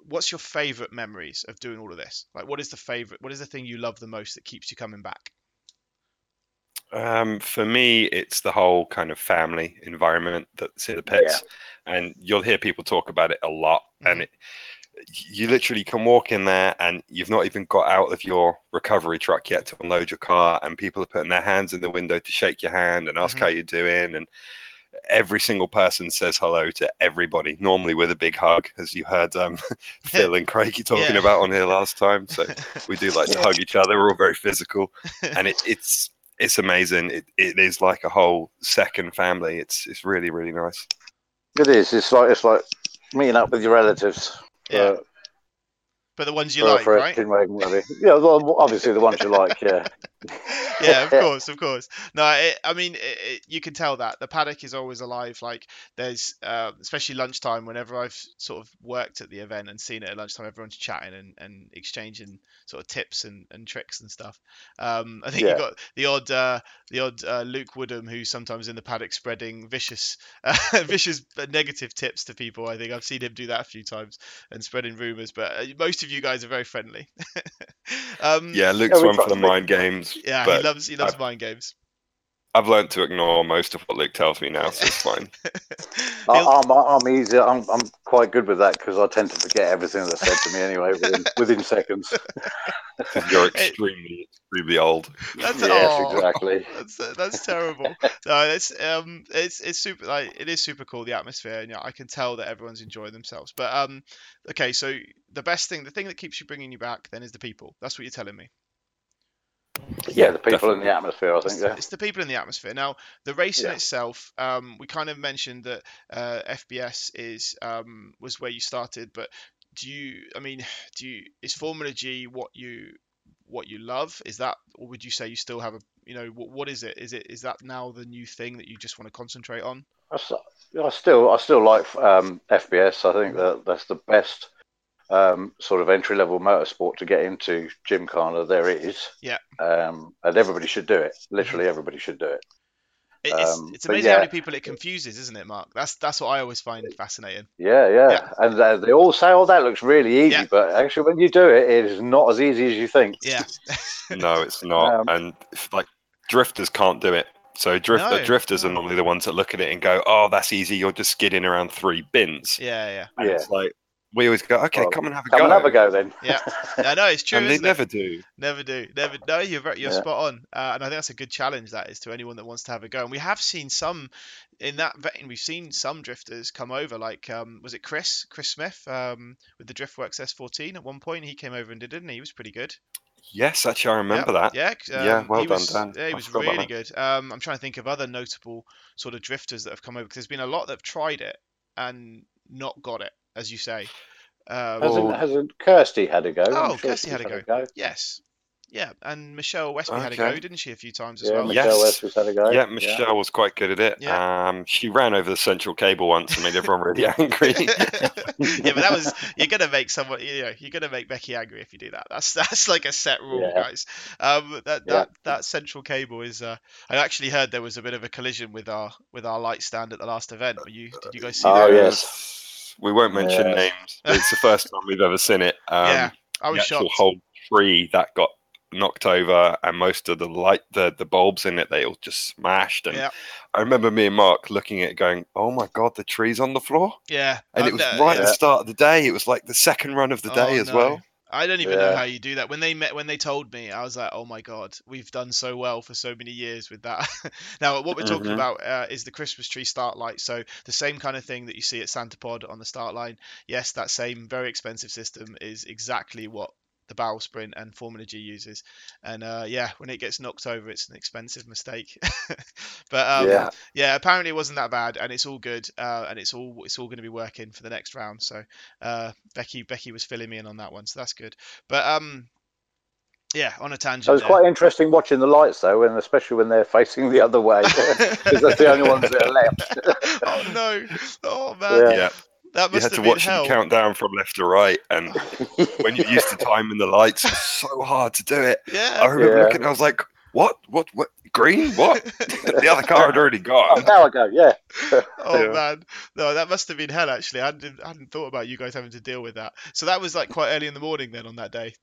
Speaker 1: what's your favorite memories of doing all of this? Like, what is the favorite? What is the thing you love the most that keeps you coming back?
Speaker 2: Um, for me, it's the whole kind of family environment that's in the pits, and you'll hear people talk about it a lot. And it, you literally can walk in there, and you've not even got out of your recovery truck yet to unload your car, and people are putting their hands in the window to shake your hand and ask
Speaker 1: Mhm.
Speaker 2: how you're doing, and every single person says hello to everybody, normally with a big hug, as you heard um, Phil and Craigie talking
Speaker 1: Yeah.
Speaker 2: about on here last time. So we do like to hug each other. We're all very physical, and it, it's it's amazing. It, it is like a whole second family. It's it's really really nice.
Speaker 3: It is. It's like it's like meeting up with your relatives. for-
Speaker 1: Yeah, but the ones you
Speaker 3: for-
Speaker 1: like,
Speaker 3: for a
Speaker 1: right?
Speaker 3: Tinwagen rally. Yeah, well, obviously the ones you like. Yeah.
Speaker 1: yeah, of course, of course. No, it, I mean, it, it, you can tell that the paddock is always alive. Like there's, uh, especially lunchtime. Whenever I've sort of worked at the event and seen it at lunchtime, everyone's chatting and, and exchanging sort of tips and, and tricks and stuff. Um, I think you
Speaker 3: Yeah.
Speaker 1: got the odd, uh, the odd uh, Luke Woodham who's sometimes in the paddock spreading vicious, uh, vicious but negative tips to people. I think I've seen him do that a few times and spreading rumors. But uh, most of you guys are very friendly. um,
Speaker 2: Yeah, Luke's
Speaker 3: we
Speaker 2: one for
Speaker 3: try
Speaker 2: the
Speaker 3: to make-
Speaker 2: mind games.
Speaker 1: yeah, he
Speaker 2: but
Speaker 1: loves he loves mind games.
Speaker 2: I've learned to ignore most of what Luke tells me now, so it's fine.
Speaker 3: I,
Speaker 1: He'll-
Speaker 3: I'm, I'm easy. I'm, I'm quite good with that because I tend to forget everything that's said to me anyway within, within seconds.
Speaker 2: 'Cause You're
Speaker 1: It-
Speaker 2: extremely extremely old.
Speaker 1: That's
Speaker 3: yes,
Speaker 1: aw.
Speaker 3: exactly.
Speaker 1: That's that's terrible. No, it's um, it's it's super. Like it is super cool the atmosphere, and yeah, I can tell that everyone's enjoying themselves. But um, okay, so the best thing, the thing that keeps you bringing you back, then, is the people. That's what you're telling me.
Speaker 3: Yeah, the people in the atmosphere. I think.
Speaker 1: It's,
Speaker 3: Yeah.
Speaker 1: it's the people in the atmosphere. Now, the race in
Speaker 3: Yeah.
Speaker 1: itself, um, we kind of mentioned that uh, FBS is um, was where you started, but do you? I mean, do you? Is Formula G what you what you love? Is that, or would you say you still have a? You know, what, what is it? Is it is that now the new thing that you just want to concentrate on?
Speaker 3: I s- I still, I still like um, FBS. I think that that's the best um, sort of entry level motorsport to get into Gymkhana. There is,
Speaker 1: Yeah. Mm-hmm.
Speaker 3: um, and everybody should do it. Literally, everybody should do it.
Speaker 1: It, it's,
Speaker 3: Um,
Speaker 1: it's
Speaker 3: but
Speaker 1: amazing how
Speaker 3: yeah.
Speaker 1: many people it confuses, isn't it, Mark? That's that's what I always find fascinating.
Speaker 3: Yeah, yeah,
Speaker 1: Yeah.
Speaker 3: and uh, they all say, "Oh, that looks really easy,"
Speaker 1: Yeah.
Speaker 3: but actually, when you do it, it is not as easy as you think.
Speaker 1: Yeah,
Speaker 2: No, it's not.
Speaker 3: Um,
Speaker 2: and if, like drifters can't do it. So drift,
Speaker 1: No.
Speaker 2: the drifters are normally the ones that look at it and go, "Oh, that's easy. You're just skidding around three bins."
Speaker 1: yeah, yeah.
Speaker 2: And
Speaker 3: Yeah.
Speaker 2: it's like, we always go, okay,
Speaker 3: Well,
Speaker 2: come and have a
Speaker 3: Come
Speaker 2: go.
Speaker 3: and have a go then.
Speaker 1: Yeah. I know it's true.
Speaker 2: And they
Speaker 1: isn't it?
Speaker 2: never do.
Speaker 1: Never do, never. No, you're very, you're
Speaker 3: Yeah.
Speaker 1: spot on, uh, and I think that's a good challenge that is to anyone that wants to have a go. And we have seen some in that vein. We've seen some drifters come over, like um, was it Chris, Chris Smith, um, with the DriftWorks S14 at one point. He came over and did it, and he was pretty good.
Speaker 2: Yes, actually, I remember that.
Speaker 1: Yeah, um,
Speaker 2: Yeah, well
Speaker 1: he
Speaker 2: done,
Speaker 1: was,
Speaker 2: Dan.
Speaker 1: Yeah, he
Speaker 2: I
Speaker 1: was
Speaker 2: forgot about
Speaker 1: really good. Um, I'm trying to think of other notable sort of drifters that have come over because there's been a lot that have tried it and not got it, as you say. Um,
Speaker 3: Hasn't, hasn't Kirsty had a go? I'm
Speaker 1: Oh,
Speaker 3: sure
Speaker 1: Kirsty
Speaker 3: she's
Speaker 1: had a Yes. Yeah, and Michelle Westby had a
Speaker 2: Okay.
Speaker 1: go, didn't she, a few times as
Speaker 3: Yeah,
Speaker 1: well?
Speaker 2: Yes.
Speaker 3: Michelle Westwood's had a go.
Speaker 2: Yeah, Michelle was quite good at it.
Speaker 1: Yeah.
Speaker 2: Um, she ran over the central cable once and made everyone really angry.
Speaker 1: yeah, but that was you're gonna make someone you know you're gonna make Becky angry if you do that. That's that's like a set rule,
Speaker 3: Yeah.
Speaker 1: guys. Um, that that,
Speaker 3: Yeah.
Speaker 1: that central cable is. Uh, I actually heard there was a bit of a collision with our with our light stand at the last event. Were you did you guys see
Speaker 3: Oh,
Speaker 1: that?
Speaker 2: There
Speaker 3: yes.
Speaker 2: is- We won't mention
Speaker 3: Yes.
Speaker 2: names. It's the first time we've ever seen it. Um,
Speaker 1: Yeah, I was
Speaker 2: the actual
Speaker 1: shocked.
Speaker 2: whole tree that got knocked over and most of the light the the bulbs in it they all just smashed and
Speaker 1: Yeah.
Speaker 2: i remember me and mark looking at it going oh my god the tree's on the floor
Speaker 1: yeah,
Speaker 2: and
Speaker 1: I've
Speaker 2: it was
Speaker 1: ne-
Speaker 2: right at
Speaker 1: Uh, yeah.
Speaker 2: the start of the day it was like the second run of the day
Speaker 1: Oh,
Speaker 2: as
Speaker 1: no.
Speaker 2: well
Speaker 1: I don't even know
Speaker 3: Yeah.
Speaker 1: how you do that. When they met, when they told me, I was like, "Oh my god, we've done so well for so many years with that." now, what we're talking
Speaker 2: Mhm.
Speaker 1: about uh, is the Christmas tree start light. So the same kind of thing that you see at Santa Pod on the start line. Yes, that same very expensive system is exactly what the barrel sprint and Formula G uses. And uh, yeah, when it gets knocked over, it's an expensive mistake. but um, yeah.
Speaker 3: yeah.
Speaker 1: apparently it wasn't that bad, and it's all good, uh, and it's all it's all going to be working for the next round. So uh, Becky Becky was filling me in on that one, so that's good. But um, yeah, on a tangent.
Speaker 3: It was
Speaker 1: there.
Speaker 3: quite interesting watching the lights though, and especially when they're facing the other way, because that's the only ones that are left.
Speaker 1: oh no! Oh man,
Speaker 3: Yeah.
Speaker 2: Yeah.
Speaker 1: that
Speaker 2: you
Speaker 1: must
Speaker 2: had
Speaker 1: have
Speaker 2: to
Speaker 1: been
Speaker 2: watch
Speaker 1: hell.
Speaker 2: them count down from left to right and when you're used to timing the lights it's so hard to do it i
Speaker 1: Yeah.
Speaker 2: remember
Speaker 3: Yeah.
Speaker 2: looking i was like what what what green what the other car had already
Speaker 3: Oh,
Speaker 2: gone
Speaker 3: now I go. Yeah,
Speaker 1: Oh
Speaker 2: Yeah.
Speaker 1: man, no, that must have been hell. Actually, I hadn't, I hadn't thought about you guys having to deal with that. So that was like quite early in the morning then on that day.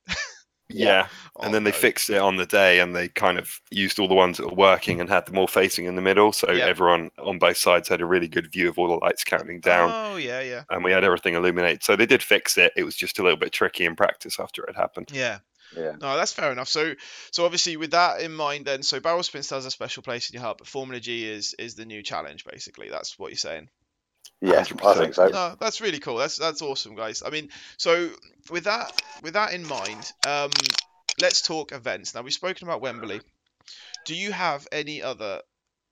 Speaker 2: yeah
Speaker 1: Oh,
Speaker 2: and then they
Speaker 1: no.
Speaker 2: fixed it on the day and they kind of used all the ones that were working and had them all facing in the middle so
Speaker 1: Yeah.
Speaker 2: everyone on both sides had a really good view of all the lights counting down
Speaker 1: Oh yeah, yeah.
Speaker 2: and we had everything illuminated so they did fix it it was just a little bit tricky in practice after it happened
Speaker 1: Yeah.
Speaker 3: Yeah.
Speaker 1: No, that's fair enough. So, so obviously with that in mind, then, so barrel spin still has a special place in your heart, but Formula G is is the new challenge, basically. That's what you're saying.
Speaker 3: Oh, yeah, I think so.
Speaker 1: No, that's really cool. That's that's awesome, guys. I mean, so with that with that in mind, um, let's talk events. Now we've spoken about Wembley. Do you have any other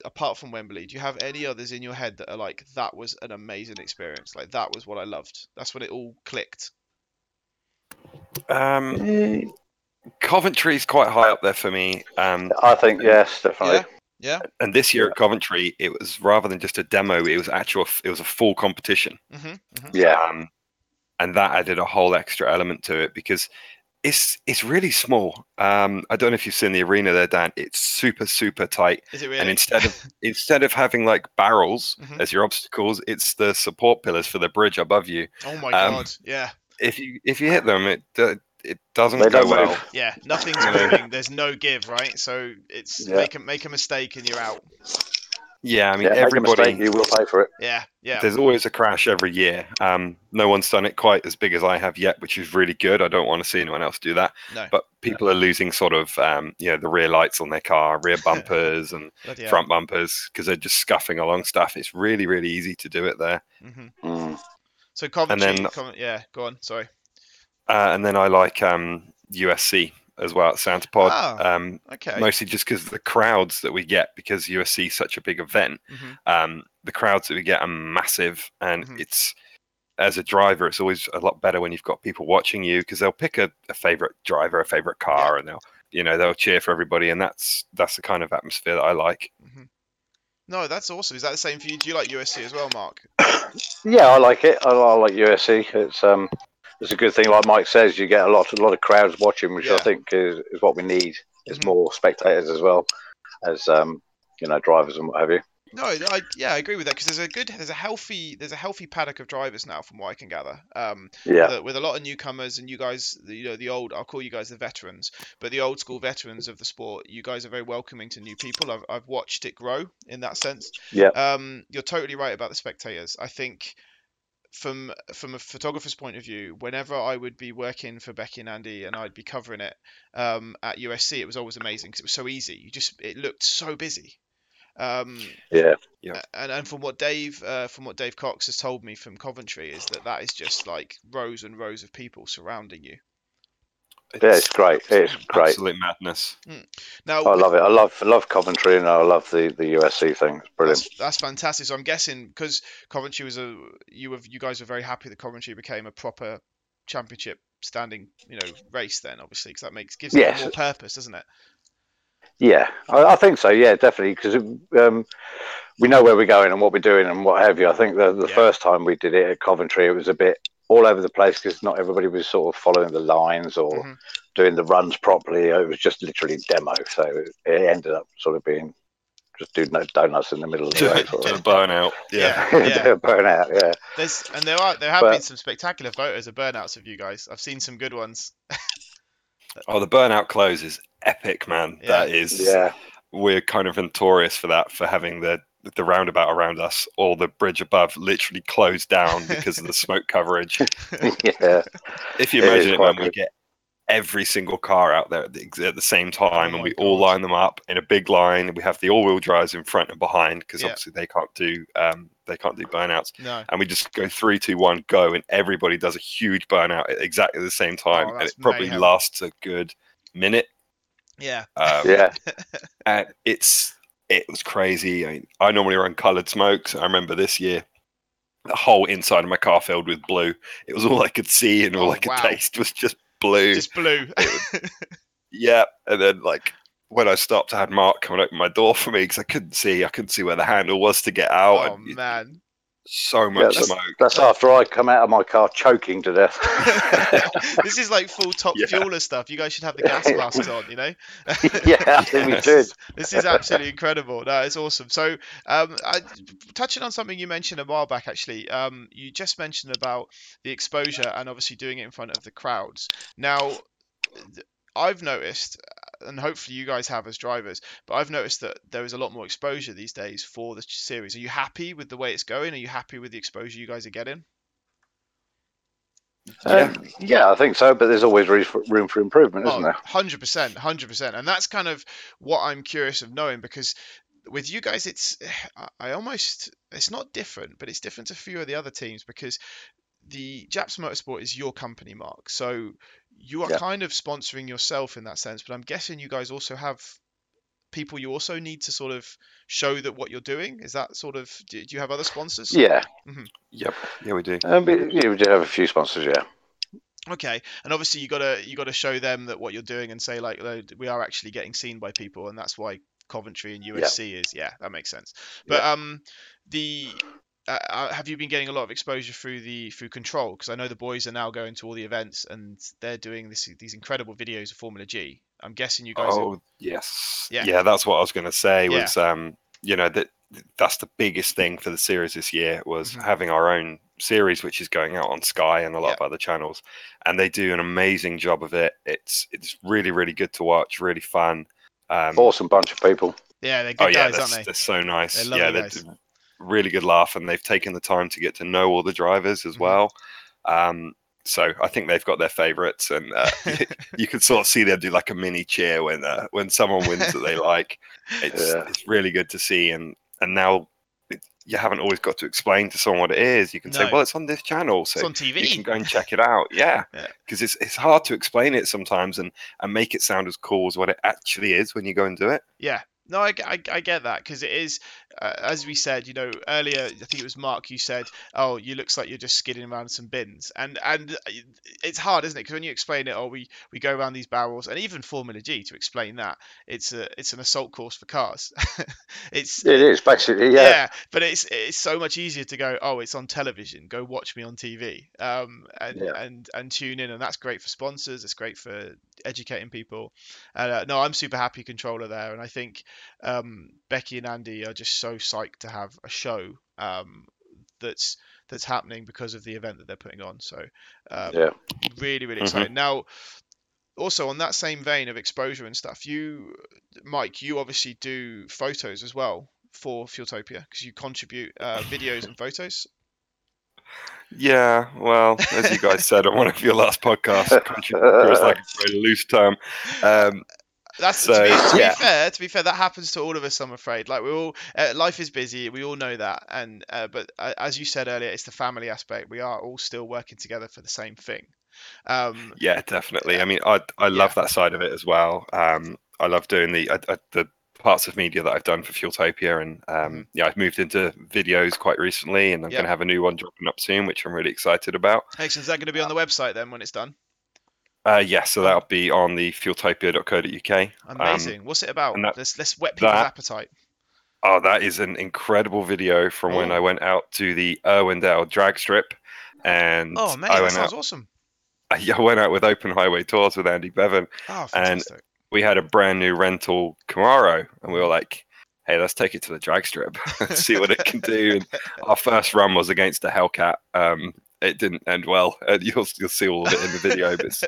Speaker 1: apart from Wembley? Do you have any others in your head that are like that was an amazing experience? Like that was what I loved. That's when it all clicked.
Speaker 2: um, coventry's quite high up there for me um,
Speaker 3: I think yes, definitely.
Speaker 1: Yeah.
Speaker 2: and this year at coventry it was rather than just a demo it was actual it was a full competition
Speaker 1: Mm-hmm.
Speaker 3: Yeah,
Speaker 2: um, and that added a whole extra element to it because it's it's really small. Um, I don't know if you've seen the arena there, Dan. It's super super tight,
Speaker 1: Is it really?
Speaker 2: and instead of instead of having like barrels
Speaker 1: Mhm.
Speaker 2: as your obstacles, it's the support pillars for the bridge above you.
Speaker 1: oh my
Speaker 2: um,
Speaker 1: god. Yeah.
Speaker 2: If you if you hit them, it do- it doesn't
Speaker 3: They
Speaker 2: go
Speaker 3: don't
Speaker 2: well.
Speaker 3: move.
Speaker 1: Yeah, nothing's
Speaker 2: Yeah.
Speaker 1: moving. There's no give, right? So it's
Speaker 3: Yeah.
Speaker 1: make a make a mistake and you're out.
Speaker 2: Yeah, I mean
Speaker 3: yeah,
Speaker 2: everybody.
Speaker 3: make a mistake, you will pay for it.
Speaker 1: Yeah, yeah,
Speaker 2: There's always a crash every year. Um, no one's done it quite as big as I have yet, which is really good. I don't want to see anyone else do that.
Speaker 1: No.
Speaker 2: But people are losing sort of, um, you know, the rear lights on their car, rear bumpers, and
Speaker 1: bloody hell.
Speaker 2: front bumpers because they're just scuffing along stuff. It's really, really easy to do it there.
Speaker 1: Mhm.
Speaker 3: Mm.
Speaker 1: So Coventry,
Speaker 2: then-
Speaker 1: Covent- yeah, go on. Sorry.
Speaker 2: Uh, and then I like um, USC as well at Santa Pod,
Speaker 1: Ah,
Speaker 2: um,
Speaker 1: Okay.
Speaker 2: mostly just because the crowds that we get because USC is such a big event.
Speaker 1: Mhm.
Speaker 2: um, the crowds that we get are massive and
Speaker 1: Mhm.
Speaker 2: it's as a driver it's always a lot better when you've got people watching you because they'll pick a, a favorite driver a favorite car and they'll you know they'll cheer for everybody and that's that's the kind of atmosphere that i like
Speaker 1: mm-hmm. No, that's awesome. Is that the same for you? Do you like USC as well, Mark?
Speaker 3: Yeah, I like it. I, I like USC. It's um, it's a good thing. Like Mike says, you get a lot, a lot of crowds watching, which
Speaker 1: Yeah.
Speaker 3: I think is, is what we need. Is
Speaker 1: Mhm.
Speaker 3: more spectators as well as um, you know, drivers and what have you.
Speaker 1: No, I, yeah, I agree with that because there's a good, there's a healthy, there's a healthy paddock of drivers now, from what I can gather. Um,
Speaker 3: Yeah,
Speaker 1: that- with a lot of newcomers and you guys the- you know the old i'll call you guys the veterans but the old school veterans of the sport you guys are very welcoming to new people i've, I've watched it grow in that sense
Speaker 3: Yeah.
Speaker 1: um you're totally right about the spectators i think from from a photographer's point of view, whenever I would be working for Becky and Andy and I'd be covering it um, at USC, it was always amazing because it was so easy. You just it looked so busy. Um,
Speaker 3: Yeah.
Speaker 2: Yeah.
Speaker 1: And, and from what Dave uh, from what Dave Cox has told me from Coventry is that that is just like rows and rows of people surrounding you.
Speaker 3: Yeah, it's great. It's great.
Speaker 2: Absolute madness.
Speaker 1: Now
Speaker 3: I love it. I love I love Coventry and I love the, the USC thing. It's brilliant.
Speaker 1: That's, that's fantastic. So I'm guessing because Coventry was a you were you guys were very happy that Coventry became a proper championship standing you know race then obviously because that makes gives
Speaker 3: Yes.
Speaker 1: it more purpose doesn't it?
Speaker 3: Yeah, I, I think so. Yeah, definitely because um, we know where we're going and what we're doing and what have you. I think the, the
Speaker 1: Yeah.
Speaker 3: first time we did it at Coventry, it was a bit all over the place because not everybody was sort of following the lines or
Speaker 1: Mhm.
Speaker 3: doing the runs properly. It was just literally demo, so it ended up sort of being just do no donuts in the middle of the
Speaker 2: To,
Speaker 3: road.
Speaker 2: to
Speaker 3: Sort of.
Speaker 2: burnout. Yeah.
Speaker 1: yeah.
Speaker 3: They're burnout. Yeah.
Speaker 1: There's and there are there have
Speaker 3: But-
Speaker 1: been some spectacular photos of burnouts of you guys. I've seen some good ones.
Speaker 2: Oh, the burnout close is epic, man.
Speaker 1: Yeah.
Speaker 2: That is.
Speaker 3: Yeah.
Speaker 2: We're kind of notorious for that, for having the the roundabout around us or the bridge above literally closed down because of the smoke coverage.
Speaker 3: Yeah.
Speaker 2: If you
Speaker 3: It is
Speaker 2: imagine it, man,
Speaker 3: quite
Speaker 2: we
Speaker 3: good.
Speaker 2: get every single car out there at the, ex- at the same time,
Speaker 1: Oh
Speaker 2: and
Speaker 1: my
Speaker 2: we all
Speaker 1: God.
Speaker 2: line them up in a big line. and We have the all-wheel drives in front and behind because
Speaker 1: Yeah.
Speaker 2: obviously they can't do um, they can't do burnouts.
Speaker 1: No,
Speaker 2: And we just go three, two, one, go, and everybody does a huge burnout at exactly the same time, and
Speaker 1: Oh, that's
Speaker 2: it probably
Speaker 1: mayhem.
Speaker 2: lasts a good minute.
Speaker 1: yeah,
Speaker 2: Um,
Speaker 3: Yeah.
Speaker 2: and it's it was crazy. I mean, I normally run coloured smokes. I remember this year, the whole inside of my car filled with blue. It was all I could see and all
Speaker 1: Oh,
Speaker 2: I could
Speaker 1: wow.
Speaker 2: taste was just blue.
Speaker 1: just blue.
Speaker 2: yeah, and then like when I stopped, I had Mark come and open my door for me because I couldn't see. I couldn't see where the handle was to get out.
Speaker 1: oh
Speaker 2: and it-
Speaker 1: man,
Speaker 2: so much
Speaker 3: that's-
Speaker 2: smoke.
Speaker 3: That's after I come out of my car choking to death.
Speaker 1: this is like full top
Speaker 2: Yeah.
Speaker 1: fueler stuff. You guys should have the gas masks on. You know.
Speaker 3: yeah, I think we
Speaker 1: Yes.
Speaker 3: did.
Speaker 1: this is absolutely incredible. No, it's awesome. So, um, I, touching on something you mentioned a while back, actually, um, you just mentioned about the exposure and obviously doing it in front of the crowds. Now, th- I've noticed, uh, and hopefully you guys have as drivers, but I've noticed that there is a lot more exposure these days for the series. Are you happy with the way it's going? Are you happy with the exposure you guys are getting?
Speaker 3: Um, yeah, I think so. But there's always room for, room for improvement, isn't there?
Speaker 1: Oh, Hundred percent, hundred percent, and that's kind of what I'm curious of knowing because with you guys, it's I- I almost it's not different, but it's different to a few of the other teams because the Japs Motorsport is your company, Mark. So you are
Speaker 3: Yeah.
Speaker 1: kind of sponsoring yourself in that sense, but I'm guessing you guys also have people you also need to sort of show that what you're doing is that sort of do do you have other sponsors
Speaker 3: Yeah,
Speaker 2: Yep. Yeah, we do.
Speaker 3: um, but, yeah, we do have a few sponsors. Yeah,
Speaker 1: okay and obviously you gotta you gotta show them that what you're doing and say like "Look, we are actually getting seen by people and that's why coventry and usc is yeah that makes sense but um the uh, uh, have you been getting a lot of exposure through the through control because i know the boys are now going to all the events and they're doing this these incredible videos of formula g i'm guessing you guys are-
Speaker 2: Oh yes,
Speaker 1: Yeah.
Speaker 2: yeah. that's what I was going to say.
Speaker 1: Yeah.
Speaker 2: Was um, you know that that's the biggest thing for the series this year was
Speaker 1: Mhm.
Speaker 2: having our own series, which is going out on Sky and a lot of other channels, and they do an amazing job of it. It's it's really really good to watch, really fun. Um,
Speaker 3: awesome bunch of people.
Speaker 1: yeah they're good
Speaker 2: oh yeah,
Speaker 1: guys
Speaker 2: they're,
Speaker 1: aren't they
Speaker 2: they're so nice.
Speaker 1: They're lovely
Speaker 2: yeah, they're
Speaker 1: guys.
Speaker 2: d- really good laugh, and they've taken the time to get to know all the drivers as
Speaker 1: Mhm.
Speaker 2: well. Um, so I think they've got their favourites, and uh, you can sort of see them do like a mini cheer when uh, when someone wins that they like. It's
Speaker 3: Yeah.
Speaker 2: it's really good to see, and and now it, you haven't always got to explain to someone what it is. You can
Speaker 1: No.
Speaker 2: say, well, it's on this channel,
Speaker 1: it's
Speaker 2: so
Speaker 1: on
Speaker 2: you can
Speaker 1: tv
Speaker 2: go and check it out. Yeah,
Speaker 1: Yeah.
Speaker 2: because it's it's hard to explain it sometimes, and and make it sound as cool as what it actually is when you go and do it.
Speaker 1: Yeah. No, I, g- I g- I get that because it is, uh, as we said, you know, earlier, I think it was Mark, you said, oh, you looks like you're just skidding around some bins. And and i- it's hard, isn't it? Because when you explain it, oh, we, we go around these barrels, and even Formula G to explain that, it's a it's an assault course for cars. it's.
Speaker 3: It is basically yeah.
Speaker 1: but it's it's so much easier to go. Oh, it's on television. Go watch me on TV, um, and
Speaker 3: Yeah.
Speaker 1: and and tune in, and that's great for sponsors. It's great for educating people. And, uh, no, I'm super happy controller there, and I think um, Becky and Andy are just so psyched to have a show um, that's that's happening because of the event that they're putting on. So um,
Speaker 3: Yeah.
Speaker 1: really, really
Speaker 2: Mhm.
Speaker 1: excited. Now, also on that same vein of exposure and stuff, you, Mike, you obviously do photos as well for Fueltopia because you contribute uh, videos and photos.
Speaker 2: Yeah, well, as you guys said on one of your last podcasts, contributor is like a very loose term. Um,
Speaker 1: That's
Speaker 2: So,
Speaker 1: to, be, to be
Speaker 2: yeah.
Speaker 1: fair. To be fair, that happens to all of us. I'm afraid. Like we all, uh, life is busy. We all know that. And uh, but uh, as you said earlier, it's the family aspect. We are all still working together for the same thing. Um,
Speaker 2: yeah, definitely. I mean, I I love that side of it as well. Um, I love doing the I, I, the parts of media that I've done for Fueltopia, and um, yeah, I've moved into videos quite recently, and I'm
Speaker 1: Yeah.
Speaker 2: going to have a new one dropping up soon, which I'm really excited about.
Speaker 1: excellent. Is that going to be on the website then when it's done?
Speaker 2: Uh, yeah, so that'll be on the fueltopia.co.uk.
Speaker 1: Amazing. What's it about?
Speaker 2: Um, and that-
Speaker 1: let's let's whet people's
Speaker 2: that-
Speaker 1: appetite.
Speaker 2: Oh, that is an incredible video from when
Speaker 1: Oh.
Speaker 2: I went out to the Irwindale drag strip. And
Speaker 1: Oh mate,
Speaker 2: I,
Speaker 1: that
Speaker 2: went
Speaker 1: sounds
Speaker 2: out,
Speaker 1: awesome.
Speaker 2: I went out with Open Highway Tours with Andy Bevan.
Speaker 1: Oh,
Speaker 2: And-
Speaker 1: fantastic.
Speaker 2: We had a brand new rental Camaro, and we were like, hey, let's take it to the drag strip and see what it can do. And our first run was against a Hellcat. Um, it didn't end well. Uh, you'll, you'll see all of it in the video, but it's,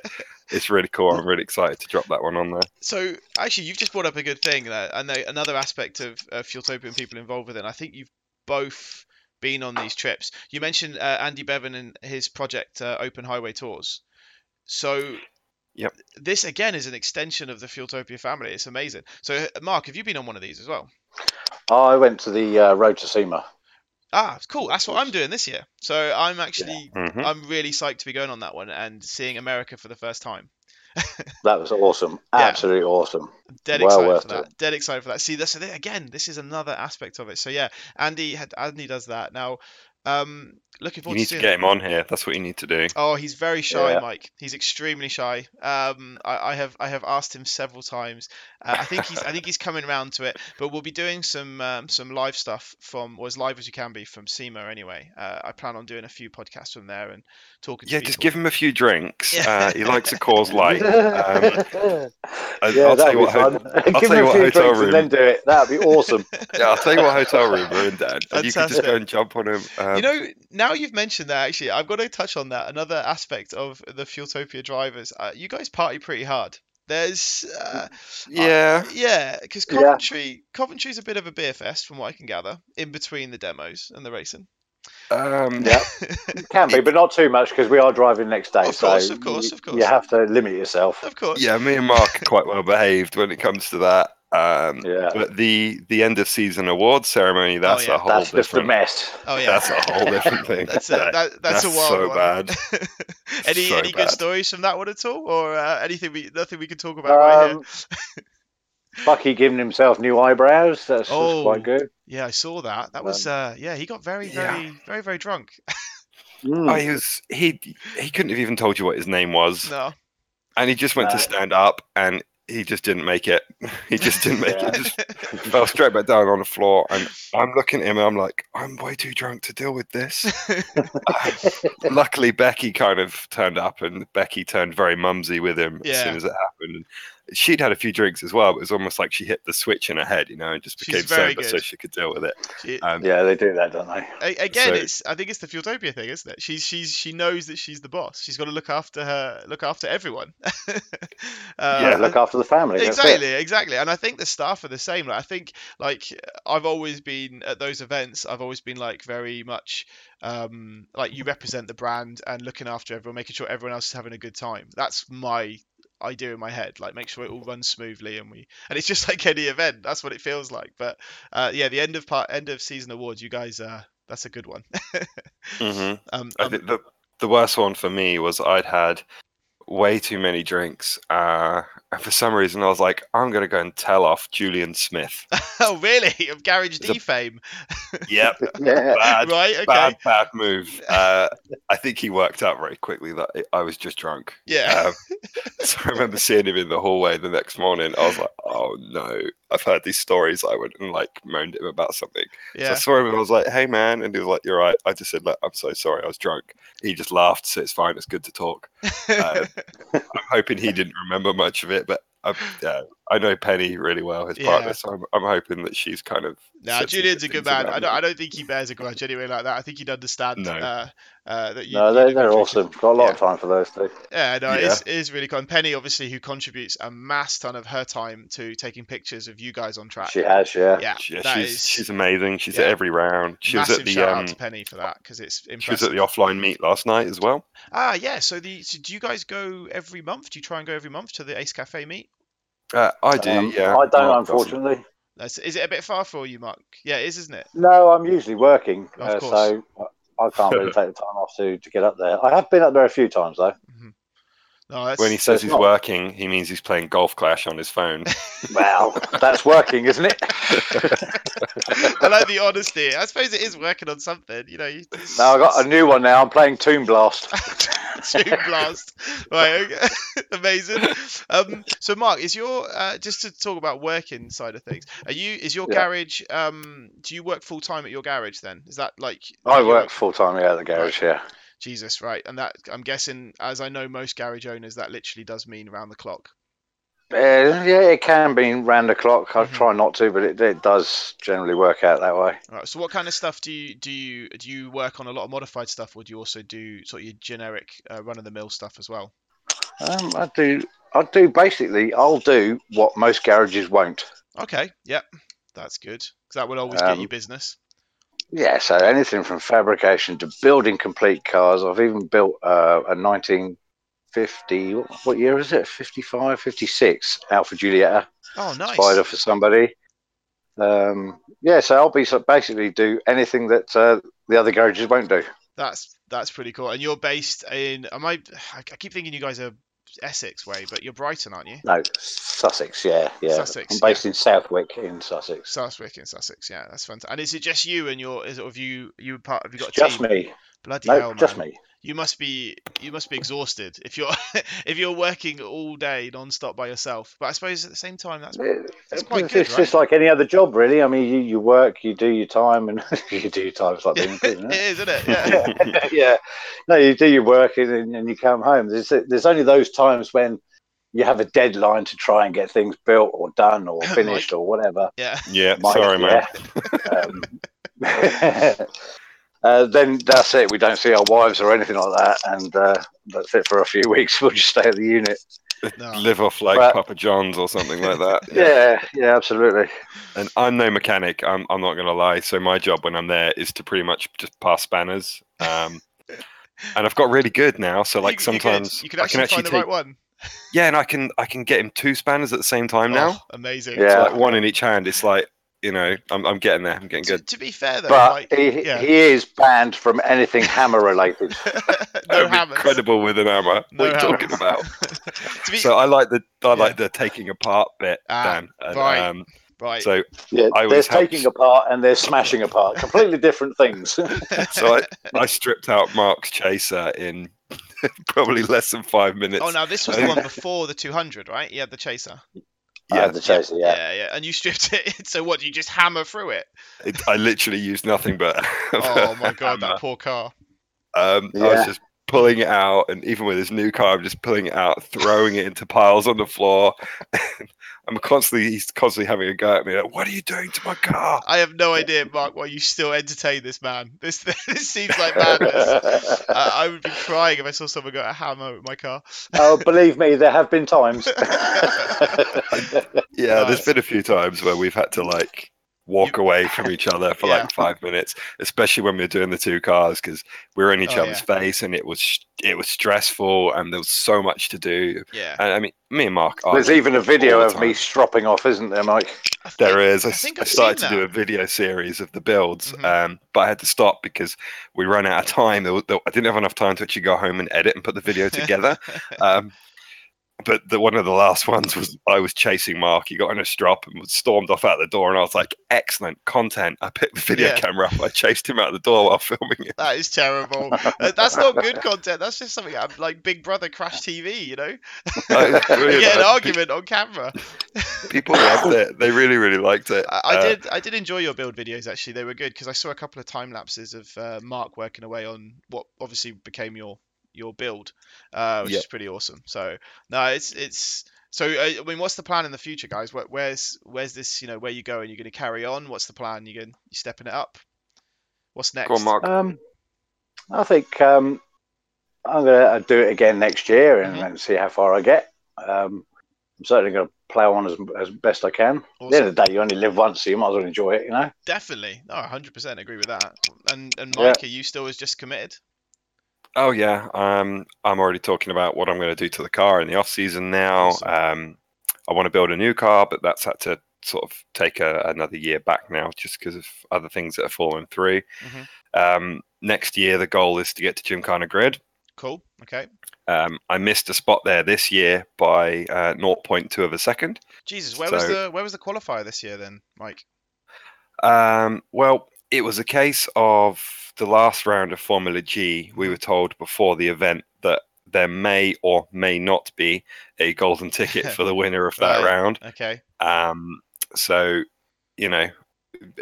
Speaker 2: it's really cool. I'm really excited to drop that one on there.
Speaker 1: So actually, you've just brought up a good thing there, and the- another aspect of, of Fueltopia and people involved with it. And I think you've both been on these trips. You mentioned uh, Andy Bevan and his project uh, Open Highway Tours. So,
Speaker 2: Yep.
Speaker 1: this again is an extension of the Fueltopia family. It's amazing. So, uh, Mark, have you been on one of these as well?
Speaker 3: I went to the uh, Road to SEMA.
Speaker 1: Ah, cool. That's what I'm doing this year. So I'm actually
Speaker 2: Mhm.
Speaker 1: I'm really psyched to be going on that one and seeing America for the first time.
Speaker 3: That was awesome.
Speaker 1: Yeah.
Speaker 3: Absolutely awesome.
Speaker 1: Dead
Speaker 3: Well
Speaker 1: excited
Speaker 3: worth
Speaker 1: for that. Dead excited for that. See, that's the- again. This is another aspect of it. So yeah, Andy had Andy does that now. Um, looking
Speaker 2: You
Speaker 1: forward
Speaker 2: need
Speaker 1: to seeing.
Speaker 2: to get him on here. That's what you need to do.
Speaker 1: Oh, he's very shy,
Speaker 3: Yeah.
Speaker 1: Mike. He's extremely shy. Um, I, I have I have asked him several times. Uh, I think he's I think he's coming around to it. But we'll be doing some um, some live stuff from or as live as you can be from SEMA anyway. Uh, I plan on doing a few podcasts from there and talking.
Speaker 2: Yeah,
Speaker 1: to
Speaker 2: just
Speaker 1: people.
Speaker 2: give him a few drinks.
Speaker 1: Yeah.
Speaker 2: Uh, he likes a cause light. Um, I-
Speaker 3: yeah,
Speaker 2: I'll tell
Speaker 3: that'd
Speaker 2: you
Speaker 3: be
Speaker 2: what. ho-
Speaker 3: fun.
Speaker 2: I'll
Speaker 3: Give
Speaker 2: tell
Speaker 3: me
Speaker 2: you
Speaker 3: a
Speaker 2: what
Speaker 3: few
Speaker 2: hotel
Speaker 3: drinks
Speaker 2: room-
Speaker 3: and then do it. That'd be awesome.
Speaker 2: yeah, I'll tell you what hotel room we're in, Dad. And you can just
Speaker 1: Fantastic.
Speaker 2: go and jump on him. Um,
Speaker 1: You know, now you've mentioned that, actually, I've got to touch on that. Another aspect of the Fueltopia drivers, uh, you guys party pretty hard. There's, uh,
Speaker 2: yeah,
Speaker 1: yeah, because
Speaker 3: Yeah.
Speaker 1: Coventry, Coventry's a bit of a beer fest, from what I can gather, in between the demos and the racing.
Speaker 2: um,
Speaker 3: Yeah. Can be, but not too much because we are driving next day.
Speaker 1: Of course,
Speaker 3: so
Speaker 1: of course,
Speaker 3: you-
Speaker 1: of course.
Speaker 3: You have to limit yourself.
Speaker 1: Of course.
Speaker 2: yeah. Me and Mark are quite well behaved when it comes to that. Um,
Speaker 3: Yeah.
Speaker 2: But the the end of season awards ceremony, that's
Speaker 1: Oh, yeah.
Speaker 2: a whole
Speaker 3: That's just a
Speaker 2: different.
Speaker 3: mess.
Speaker 1: Oh yeah.
Speaker 2: That's a whole different thing.
Speaker 1: That's a, that, that's, a
Speaker 2: that's
Speaker 1: wild
Speaker 2: so
Speaker 1: one.
Speaker 2: bad.
Speaker 1: any
Speaker 2: So
Speaker 1: any good
Speaker 2: bad.
Speaker 1: stories from that one at all, or uh, anything we nothing we can talk about right here?
Speaker 3: Um, Bucky giving himself new eyebrows. That's,
Speaker 1: Oh.
Speaker 3: that's quite good.
Speaker 1: Yeah, I saw that. That was uh, yeah. He got very
Speaker 2: um, yeah.
Speaker 1: very very very drunk.
Speaker 3: Mm.
Speaker 2: Oh, he was he he couldn't have even told you what his name was,
Speaker 1: no.
Speaker 2: and he just went to
Speaker 3: No.
Speaker 2: stand up, and he just didn't make it. He just didn't make
Speaker 3: Yeah.
Speaker 2: it. Just fell straight back down on the floor and I'm looking at him and I'm like, I'm way too drunk to deal with this. Luckily Becky kind of turned up and Becky turned very mumsy with him as
Speaker 1: Yeah.
Speaker 2: soon as it happened. And she'd had a few drinks as well, but it was almost like she hit the switch in her head, you know, and just
Speaker 1: She's
Speaker 2: became
Speaker 1: very
Speaker 2: sober so
Speaker 1: good.
Speaker 2: she could deal with it.
Speaker 1: She-
Speaker 2: Um,
Speaker 3: yeah, they do that, don't they?
Speaker 1: A- again,
Speaker 2: So-
Speaker 1: it's I think it's the Fueltopia thing, isn't it? She's she's she knows that she's the boss. She's got to look after her, look after everyone. uh,
Speaker 3: yeah, look after the family. that's it.
Speaker 1: exactly, exactly. And I think the staff are the same. Like I think like I've always been at those events. I've always been like very much um, like you represent the brand and looking after everyone, making sure everyone else is having a good time. That's my idea in my head like make sure it all runs smoothly and we and it's just like any event that's what it feels like but uh yeah the end of part end of season awards you guys uh that's a good one
Speaker 2: mhm.
Speaker 1: um,
Speaker 2: I
Speaker 1: um,
Speaker 2: think the the worst one for me was I'd had way too many drinks. Uh, and for some reason I was like, I'm gonna go and tell off Julian Smith.
Speaker 1: oh really of garage
Speaker 2: It's a-
Speaker 1: d fame
Speaker 2: yep.
Speaker 3: Yeah.
Speaker 2: Bad
Speaker 1: right okay
Speaker 2: bad, bad move. Uh, I think he worked out very quickly that I- I was just drunk.
Speaker 1: yeah
Speaker 2: Um, so I remember seeing him in the hallway the next morning. I was like, "Oh no, I've heard these stories." I went and like moaned him about something. So I
Speaker 1: yeah
Speaker 2: saw him and I was like, "Hey man," and he was like, "You're right." I just said, "Look, I'm so sorry. I was drunk." He just laughed. So it's Um, fine. It's good to talk. Uh, I'm hoping he didn't remember much of it, but I, yeah, I know Penny really well, his
Speaker 1: Yeah.
Speaker 2: partner, so I'm, I'm hoping that she's kind of.
Speaker 1: Nah,
Speaker 2: said some
Speaker 1: Julian's a good
Speaker 2: things about
Speaker 1: man. I
Speaker 2: me.
Speaker 1: don't, I don't think he bears a grudge anyway like that. I think he'd understand
Speaker 2: No.
Speaker 1: uh, uh, that you.
Speaker 3: No,
Speaker 1: you
Speaker 3: they're,
Speaker 1: did
Speaker 3: they're
Speaker 1: contribute.
Speaker 3: awesome. Got a lot of time for those two.
Speaker 1: Yeah, no, it's, it is really cool. And Penny, obviously, who contributes a mass ton of her time to taking pictures of you guys on track.
Speaker 3: She has, yeah.
Speaker 1: Yeah,
Speaker 2: Yeah,
Speaker 1: that
Speaker 2: she's
Speaker 1: is
Speaker 2: she's amazing. She's
Speaker 1: yeah.
Speaker 2: at every round. She was
Speaker 1: massive
Speaker 2: at the
Speaker 1: shout
Speaker 2: um,
Speaker 1: out to Penny for that because it's
Speaker 2: she was
Speaker 1: impressive.
Speaker 2: at the offline meet last night as well.
Speaker 1: Ah, yeah. So the so do you guys go every month? Do you try and go every month to the Ace Cafe meet?
Speaker 2: Uh, I do.
Speaker 3: Um,
Speaker 2: yeah,
Speaker 3: I
Speaker 2: Mark
Speaker 3: don't,
Speaker 2: doesn't.
Speaker 3: unfortunately.
Speaker 1: That's, is it a bit far for you, Mark? Yeah, it is, isn't it?
Speaker 3: No, I'm usually working,
Speaker 1: Of
Speaker 3: uh,
Speaker 1: course.
Speaker 3: so I- I can't really take the time off to, to get up there. I have been up there a few times though.
Speaker 1: No, that's,
Speaker 2: When he says
Speaker 3: it's
Speaker 2: he's
Speaker 3: not.
Speaker 2: working, he means he's playing Golf Clash on his phone.
Speaker 3: Well, that's working, isn't it?
Speaker 1: I like the honesty. I suppose it is working on something. You know, you,
Speaker 3: Now I got a new one. Now I'm playing Tomb Blast.
Speaker 1: Two blast. Right, okay. amazing. Um, so Mark, is your uh, just to talk about working side of things? Are you is your
Speaker 3: Yeah.
Speaker 1: garage? Um, do you work full time at your garage? Then is that like
Speaker 3: I
Speaker 1: you
Speaker 3: work full time yeah, at the garage. Yeah,
Speaker 1: Jesus, right? And that I'm guessing, as I know most garage owners, that literally does mean round the clock.
Speaker 3: Uh, yeah, it can be round the clock. I
Speaker 1: Mhm.
Speaker 3: try not to, but it, it does generally work out that way.
Speaker 1: All right. So what kind of stuff do you do you do you work on a lot of modified stuff, or do you also do sort of your generic uh, run of the mill stuff as well?
Speaker 3: Um, I do. I do basically. I'll do what most garages won't.
Speaker 1: Okay. Yep. That's good. 'Cause that will always get you
Speaker 3: Um,
Speaker 1: business.
Speaker 3: Yeah, so anything from fabrication to building complete cars. I've even built uh, a 1950. What, what year is it? 55, 56 Alpha Julietta
Speaker 1: Oh, nice.
Speaker 3: Spider for somebody. Um, yeah, so I'll be so basically do anything that uh, the other garages won't do.
Speaker 1: That's that's pretty cool. And you're based in? Am I? I keep thinking you guys are Essex way, but you're Brighton, aren't you?
Speaker 3: No, Sussex. Yeah, yeah.
Speaker 1: Sussex,
Speaker 3: I'm based in Southwick in Sussex.
Speaker 1: Southwick in Sussex. Yeah, that's fantastic. And is it just you and your? Is it have you? You part? Have you got a
Speaker 3: Just
Speaker 1: team?
Speaker 3: me.
Speaker 1: Bloody
Speaker 3: No,
Speaker 1: hell, man.
Speaker 3: just me.
Speaker 1: You must be you must be exhausted if you're if you're working all day non-stop by yourself. But I suppose at the same time that's That's quite
Speaker 3: it's
Speaker 1: good,
Speaker 3: just like any other job, really. I mean, you, you work, you do your time, and you do your time. It's like being in prison,
Speaker 1: it
Speaker 3: isn't it?
Speaker 1: is, isn't it? Yeah.
Speaker 3: yeah. No, you do your work and, then- and you come home. There's there's only those times when you have a deadline to try and get things built or done or finished or whatever.
Speaker 1: yeah.
Speaker 2: yeah,
Speaker 3: Mike,
Speaker 2: sorry, man.
Speaker 3: yeah. Um, uh, then that's it. We don't see our wives or anything like that, and uh, that's it for a few weeks. We'll just stay at the unit.
Speaker 1: No.
Speaker 2: Live off like
Speaker 3: But-
Speaker 2: Papa John's or something like that.
Speaker 3: Yeah, yeah, absolutely.
Speaker 2: And I'm no mechanic. I'm, I'm not going to lie. So my job when I'm there is to pretty much just pass spanners. Um, and I've got really good now. So like
Speaker 1: You- you could-
Speaker 2: sometimes
Speaker 1: you can actually,
Speaker 2: I can actually
Speaker 1: find
Speaker 2: take
Speaker 1: the right one.
Speaker 2: yeah, and I can I can get him two spanners at the same time now.
Speaker 1: Oh, amazing.
Speaker 2: So,
Speaker 3: Yeah.
Speaker 2: like one in each hand. It's like you know I'm I'm getting there. I'm getting
Speaker 1: To,
Speaker 2: good.
Speaker 1: to be fair though,
Speaker 3: But
Speaker 1: like,
Speaker 3: he,
Speaker 1: yeah.
Speaker 3: he is banned from anything hammer related.
Speaker 1: no
Speaker 2: I'm
Speaker 1: hammers.
Speaker 2: incredible with an hammer.
Speaker 1: No
Speaker 2: what are you
Speaker 1: hammers.
Speaker 2: talking about?
Speaker 1: to be,
Speaker 2: So I like the I like the taking apart bit,
Speaker 1: Ah,
Speaker 2: Dan. And,
Speaker 1: right.
Speaker 2: um,
Speaker 1: right.
Speaker 2: so
Speaker 3: Yeah,
Speaker 2: I always
Speaker 3: there's
Speaker 2: help-
Speaker 3: taking apart and there's smashing apart. Completely different things.
Speaker 2: so I, I stripped out Mark's chaser in probably less than five minutes.
Speaker 1: oh, now this was the one before the 200, right? You had the chaser.
Speaker 3: yeah,
Speaker 2: Yeah,
Speaker 3: the chaser, yeah.
Speaker 1: yeah, And you stripped it. So what? You just hammer through it?
Speaker 2: It, I literally used nothing but.
Speaker 1: Oh my god,
Speaker 2: hammer.
Speaker 1: that poor car.
Speaker 2: Um, I was
Speaker 3: Yeah.
Speaker 2: just pulling it out, and even with this new car, I'm just pulling it out, throwing it into piles on the floor. I'm constantly, he's constantly having a go at me. Like, what are you doing to my car?
Speaker 1: I have no idea, Mark, why you still entertain this man. This this seems like madness. I, I would be crying if I saw someone got a hammer with my car.
Speaker 3: oh, believe me, there have been times.
Speaker 2: Yeah,
Speaker 1: Nice.
Speaker 2: there's been a few times where we've had to like walk away from each other for
Speaker 1: Yeah.
Speaker 2: like five minutes, especially when we were doing the two cars because we were in each
Speaker 1: Oh,
Speaker 2: other's face, and it was it was stressful, and there was so much to do.
Speaker 1: Yeah.
Speaker 2: And I mean, me and Mark,
Speaker 3: There's
Speaker 2: argue
Speaker 3: even a
Speaker 2: all
Speaker 3: video
Speaker 2: the
Speaker 3: of me
Speaker 2: time.
Speaker 3: stropping off, isn't there, Mike?
Speaker 2: There is. I,
Speaker 1: I
Speaker 2: s-
Speaker 1: think
Speaker 2: I
Speaker 1: I've
Speaker 2: started
Speaker 1: seen
Speaker 2: to do
Speaker 1: that.
Speaker 2: a video series of the builds,
Speaker 1: Mhm.
Speaker 2: um, but I had to stop because we ran out of time. There, wa- there, I didn't have enough time to actually go home and edit and put the video together. um, but the, one of the last ones was I was chasing Mark. He got in a strop and was stormed off out the door, and I was like, "Excellent content." I picked the video
Speaker 1: Yeah.
Speaker 2: camera up. I chased him out the door while filming it.
Speaker 1: That is terrible. Uh, That's not good content. That's just something out of, like Big Brother Crash TV, you know?
Speaker 2: That was
Speaker 1: You
Speaker 2: brilliant.
Speaker 1: get an
Speaker 2: I-
Speaker 1: argument on camera.
Speaker 2: pe- People loved it. They really, really liked it.
Speaker 1: I, I
Speaker 2: Uh,
Speaker 1: did. I did enjoy your build videos. Actually, they were good because I saw a couple of time lapses of uh, Mark working away on what obviously became your your build, uh, which
Speaker 2: Yep.
Speaker 1: is pretty awesome. So no, it's it's So uh, I mean, what's the plan in the future, guys? Where, where's where's this? You know, where you going? You're going to carry on. What's the plan? You're going you stepping it up. What's next?
Speaker 2: Go on, Mark.
Speaker 3: Um, I think um, I'm going to do it again next year and,
Speaker 1: Mhm.
Speaker 3: and see how far I get. Um, I'm certainly going to plow on as, as best I can. At the end of the day, you only live once, so you might as well enjoy it, you know?
Speaker 1: Definitely. No, 100% agree with that. And and
Speaker 3: Yeah.
Speaker 1: Mike, are you still as just committed?
Speaker 2: Oh yeah, um, I'm already talking about what I'm going to do to the car in the off season now.
Speaker 1: Awesome.
Speaker 2: Um, I want to build a new car, but that's had to sort of take a, another year back now, just because of other things that have fallen through.
Speaker 1: Mhm.
Speaker 2: Um, next year, the goal is to get to Gymkhana Grid.
Speaker 1: Cool. Okay.
Speaker 2: Um, I missed a spot there this year by uh, 0.2 of a second.
Speaker 1: Jesus, where was
Speaker 2: So-
Speaker 1: the where was the qualifier this year then, Mike?
Speaker 2: Um, well, it was a case of the last round of Formula G. We were told before the event that there may or may not be a golden ticket for the winner of that
Speaker 1: Right.
Speaker 2: round.
Speaker 1: Okay.
Speaker 2: Um, so, you know,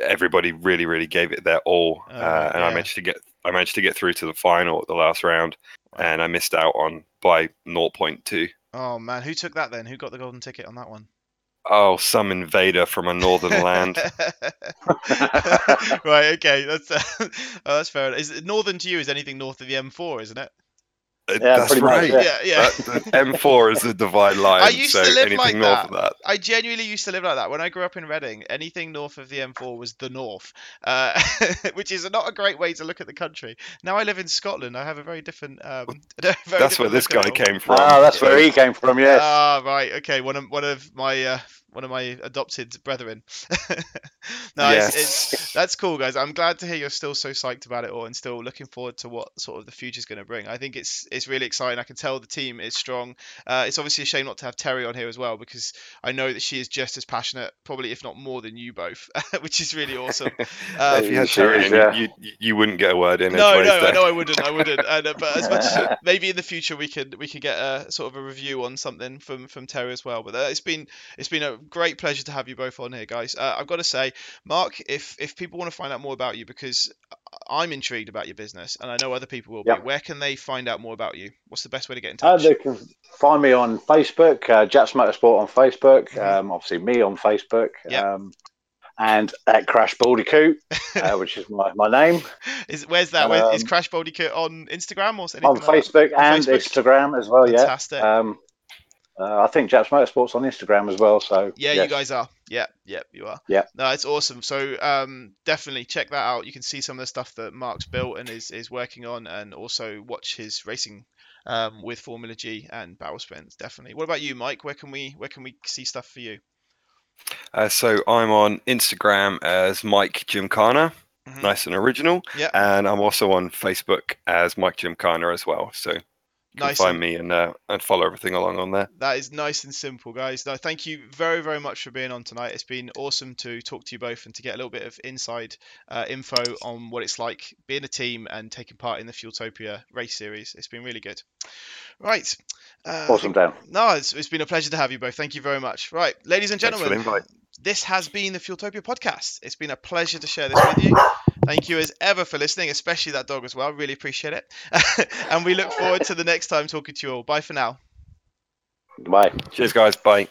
Speaker 2: everybody really, really gave it their all,
Speaker 1: Oh,
Speaker 2: uh,
Speaker 1: right,
Speaker 2: and I
Speaker 1: yeah.
Speaker 2: managed to get I managed to get through to the final at the last round,
Speaker 1: Wow.
Speaker 2: and I missed out on by 0.2.
Speaker 1: Oh man, who took that then? Who got the golden ticket on that one?
Speaker 2: Oh, some invader from a northern land. Uh,
Speaker 1: right. Okay. That's uh, oh, that's fair. enough. Is it northern to you? Is anything north of the M4? Isn't it?
Speaker 2: Uh,
Speaker 3: Yeah,
Speaker 2: That's
Speaker 3: pretty much,
Speaker 2: right.
Speaker 3: yeah.
Speaker 1: Yeah. Yeah.
Speaker 2: That- that M4 is the divide line.
Speaker 1: used
Speaker 2: so
Speaker 1: to live
Speaker 2: anything
Speaker 1: like
Speaker 2: north
Speaker 1: that.
Speaker 2: of that.
Speaker 1: I genuinely used to live like that. When I grew up in Reading, anything north of the M4 was the north, uh, which is not a great way to look at the country. Now I live in Scotland. I have a very different. Um, very
Speaker 2: That's where
Speaker 1: different
Speaker 2: this
Speaker 1: look at
Speaker 2: guy
Speaker 1: it all.
Speaker 2: came from.
Speaker 3: Ah, that's
Speaker 2: so-
Speaker 3: where he came from, yes. Uh,
Speaker 1: Ah, right. Okay. One of one of my uh, one of my adopted brethren. no, it's, it's
Speaker 2: Yes.
Speaker 1: that's cool, guys. I'm glad to hear you're still so psyched about it all and still looking forward to what sort of the future's going to bring. I think it's it's really exciting. I can tell the team is strong. Uh, it's obviously a shame not to have Terry on here as well because I know that she is just as passionate, probably if not more than you both, which is really awesome.
Speaker 2: if you had
Speaker 3: Sure
Speaker 2: Tyrion,
Speaker 3: is, yeah.
Speaker 2: you, you, you wouldn't get a word in.
Speaker 1: uh, No,
Speaker 2: edgeways
Speaker 1: no, I
Speaker 2: there.
Speaker 1: know I wouldn't. I wouldn't. And, uh, but as much as, maybe in the future we could we could get a sort of a review on something from from Terry as well. But uh, it's been it's been a great pleasure to have you both on here, guys. Uh, I've got to say, Mark, if if people want to find out more about you, because I- I'm intrigued about your business, and I know other people will
Speaker 3: Yeah.
Speaker 1: be. Where can they find out more about you? What's the best way to get in
Speaker 3: Uh,
Speaker 1: touch?
Speaker 3: they can find me on Facebook, uh, Jats Motorsport on Facebook,
Speaker 1: Mm-hmm.
Speaker 3: um, obviously me on Facebook,
Speaker 1: Yep.
Speaker 3: um, and at Crash Baldicoot, uh, which is my, my name,
Speaker 1: Is where's that? Where, is
Speaker 3: um,
Speaker 1: Crash Baldicoot on Instagram or anything?
Speaker 3: on
Speaker 1: like that?
Speaker 3: Facebook
Speaker 1: On
Speaker 3: and
Speaker 1: Facebook?
Speaker 3: Instagram as well, yeah.
Speaker 1: Fantastic.
Speaker 3: Um, uh, I think Jats Motorsport's on Instagram as well, so.
Speaker 1: Yeah, you
Speaker 3: yes.
Speaker 1: guys are. Yeah, yeah, you are.
Speaker 3: Yeah.
Speaker 1: No, it's awesome. So um, definitely check that out. You can see some of the stuff that Mark's built and is, is working on, and also watch his racing um, with Formula G and Barrel Sprints. Definitely. What about you, Mike? Where can we where can we see stuff for you?
Speaker 2: Uh, so I'm on Instagram as Mike Gymkhana,
Speaker 1: Mhm.
Speaker 2: nice and original.
Speaker 1: Yeah.
Speaker 2: And I'm also on Facebook as Mike Gymkhana as well. So you can
Speaker 1: Nice
Speaker 2: find
Speaker 1: and-
Speaker 2: me and uh, and follow everything along on there.
Speaker 1: That is nice and simple, guys. No, thank you very, very much for being on tonight. It's been awesome to talk to you both and to get a little bit of inside uh, info on what it's like being a team and taking part in the Fueltopia race series. It's been really good. Right. Uh, I
Speaker 3: Awesome, Dan.
Speaker 1: No, it's, it's been a pleasure to have you both. Thank you very much. Right, ladies and
Speaker 2: Thanks for the
Speaker 1: gentlemen,
Speaker 2: invite.
Speaker 1: this has been the Fueltopia podcast. It's been a pleasure to share this with you. Thank you as ever for listening, especially that dog as well. Really appreciate it. and we look forward to the next time talking to you all. Bye for now.
Speaker 3: Bye.
Speaker 2: Cheers, guys. Bye.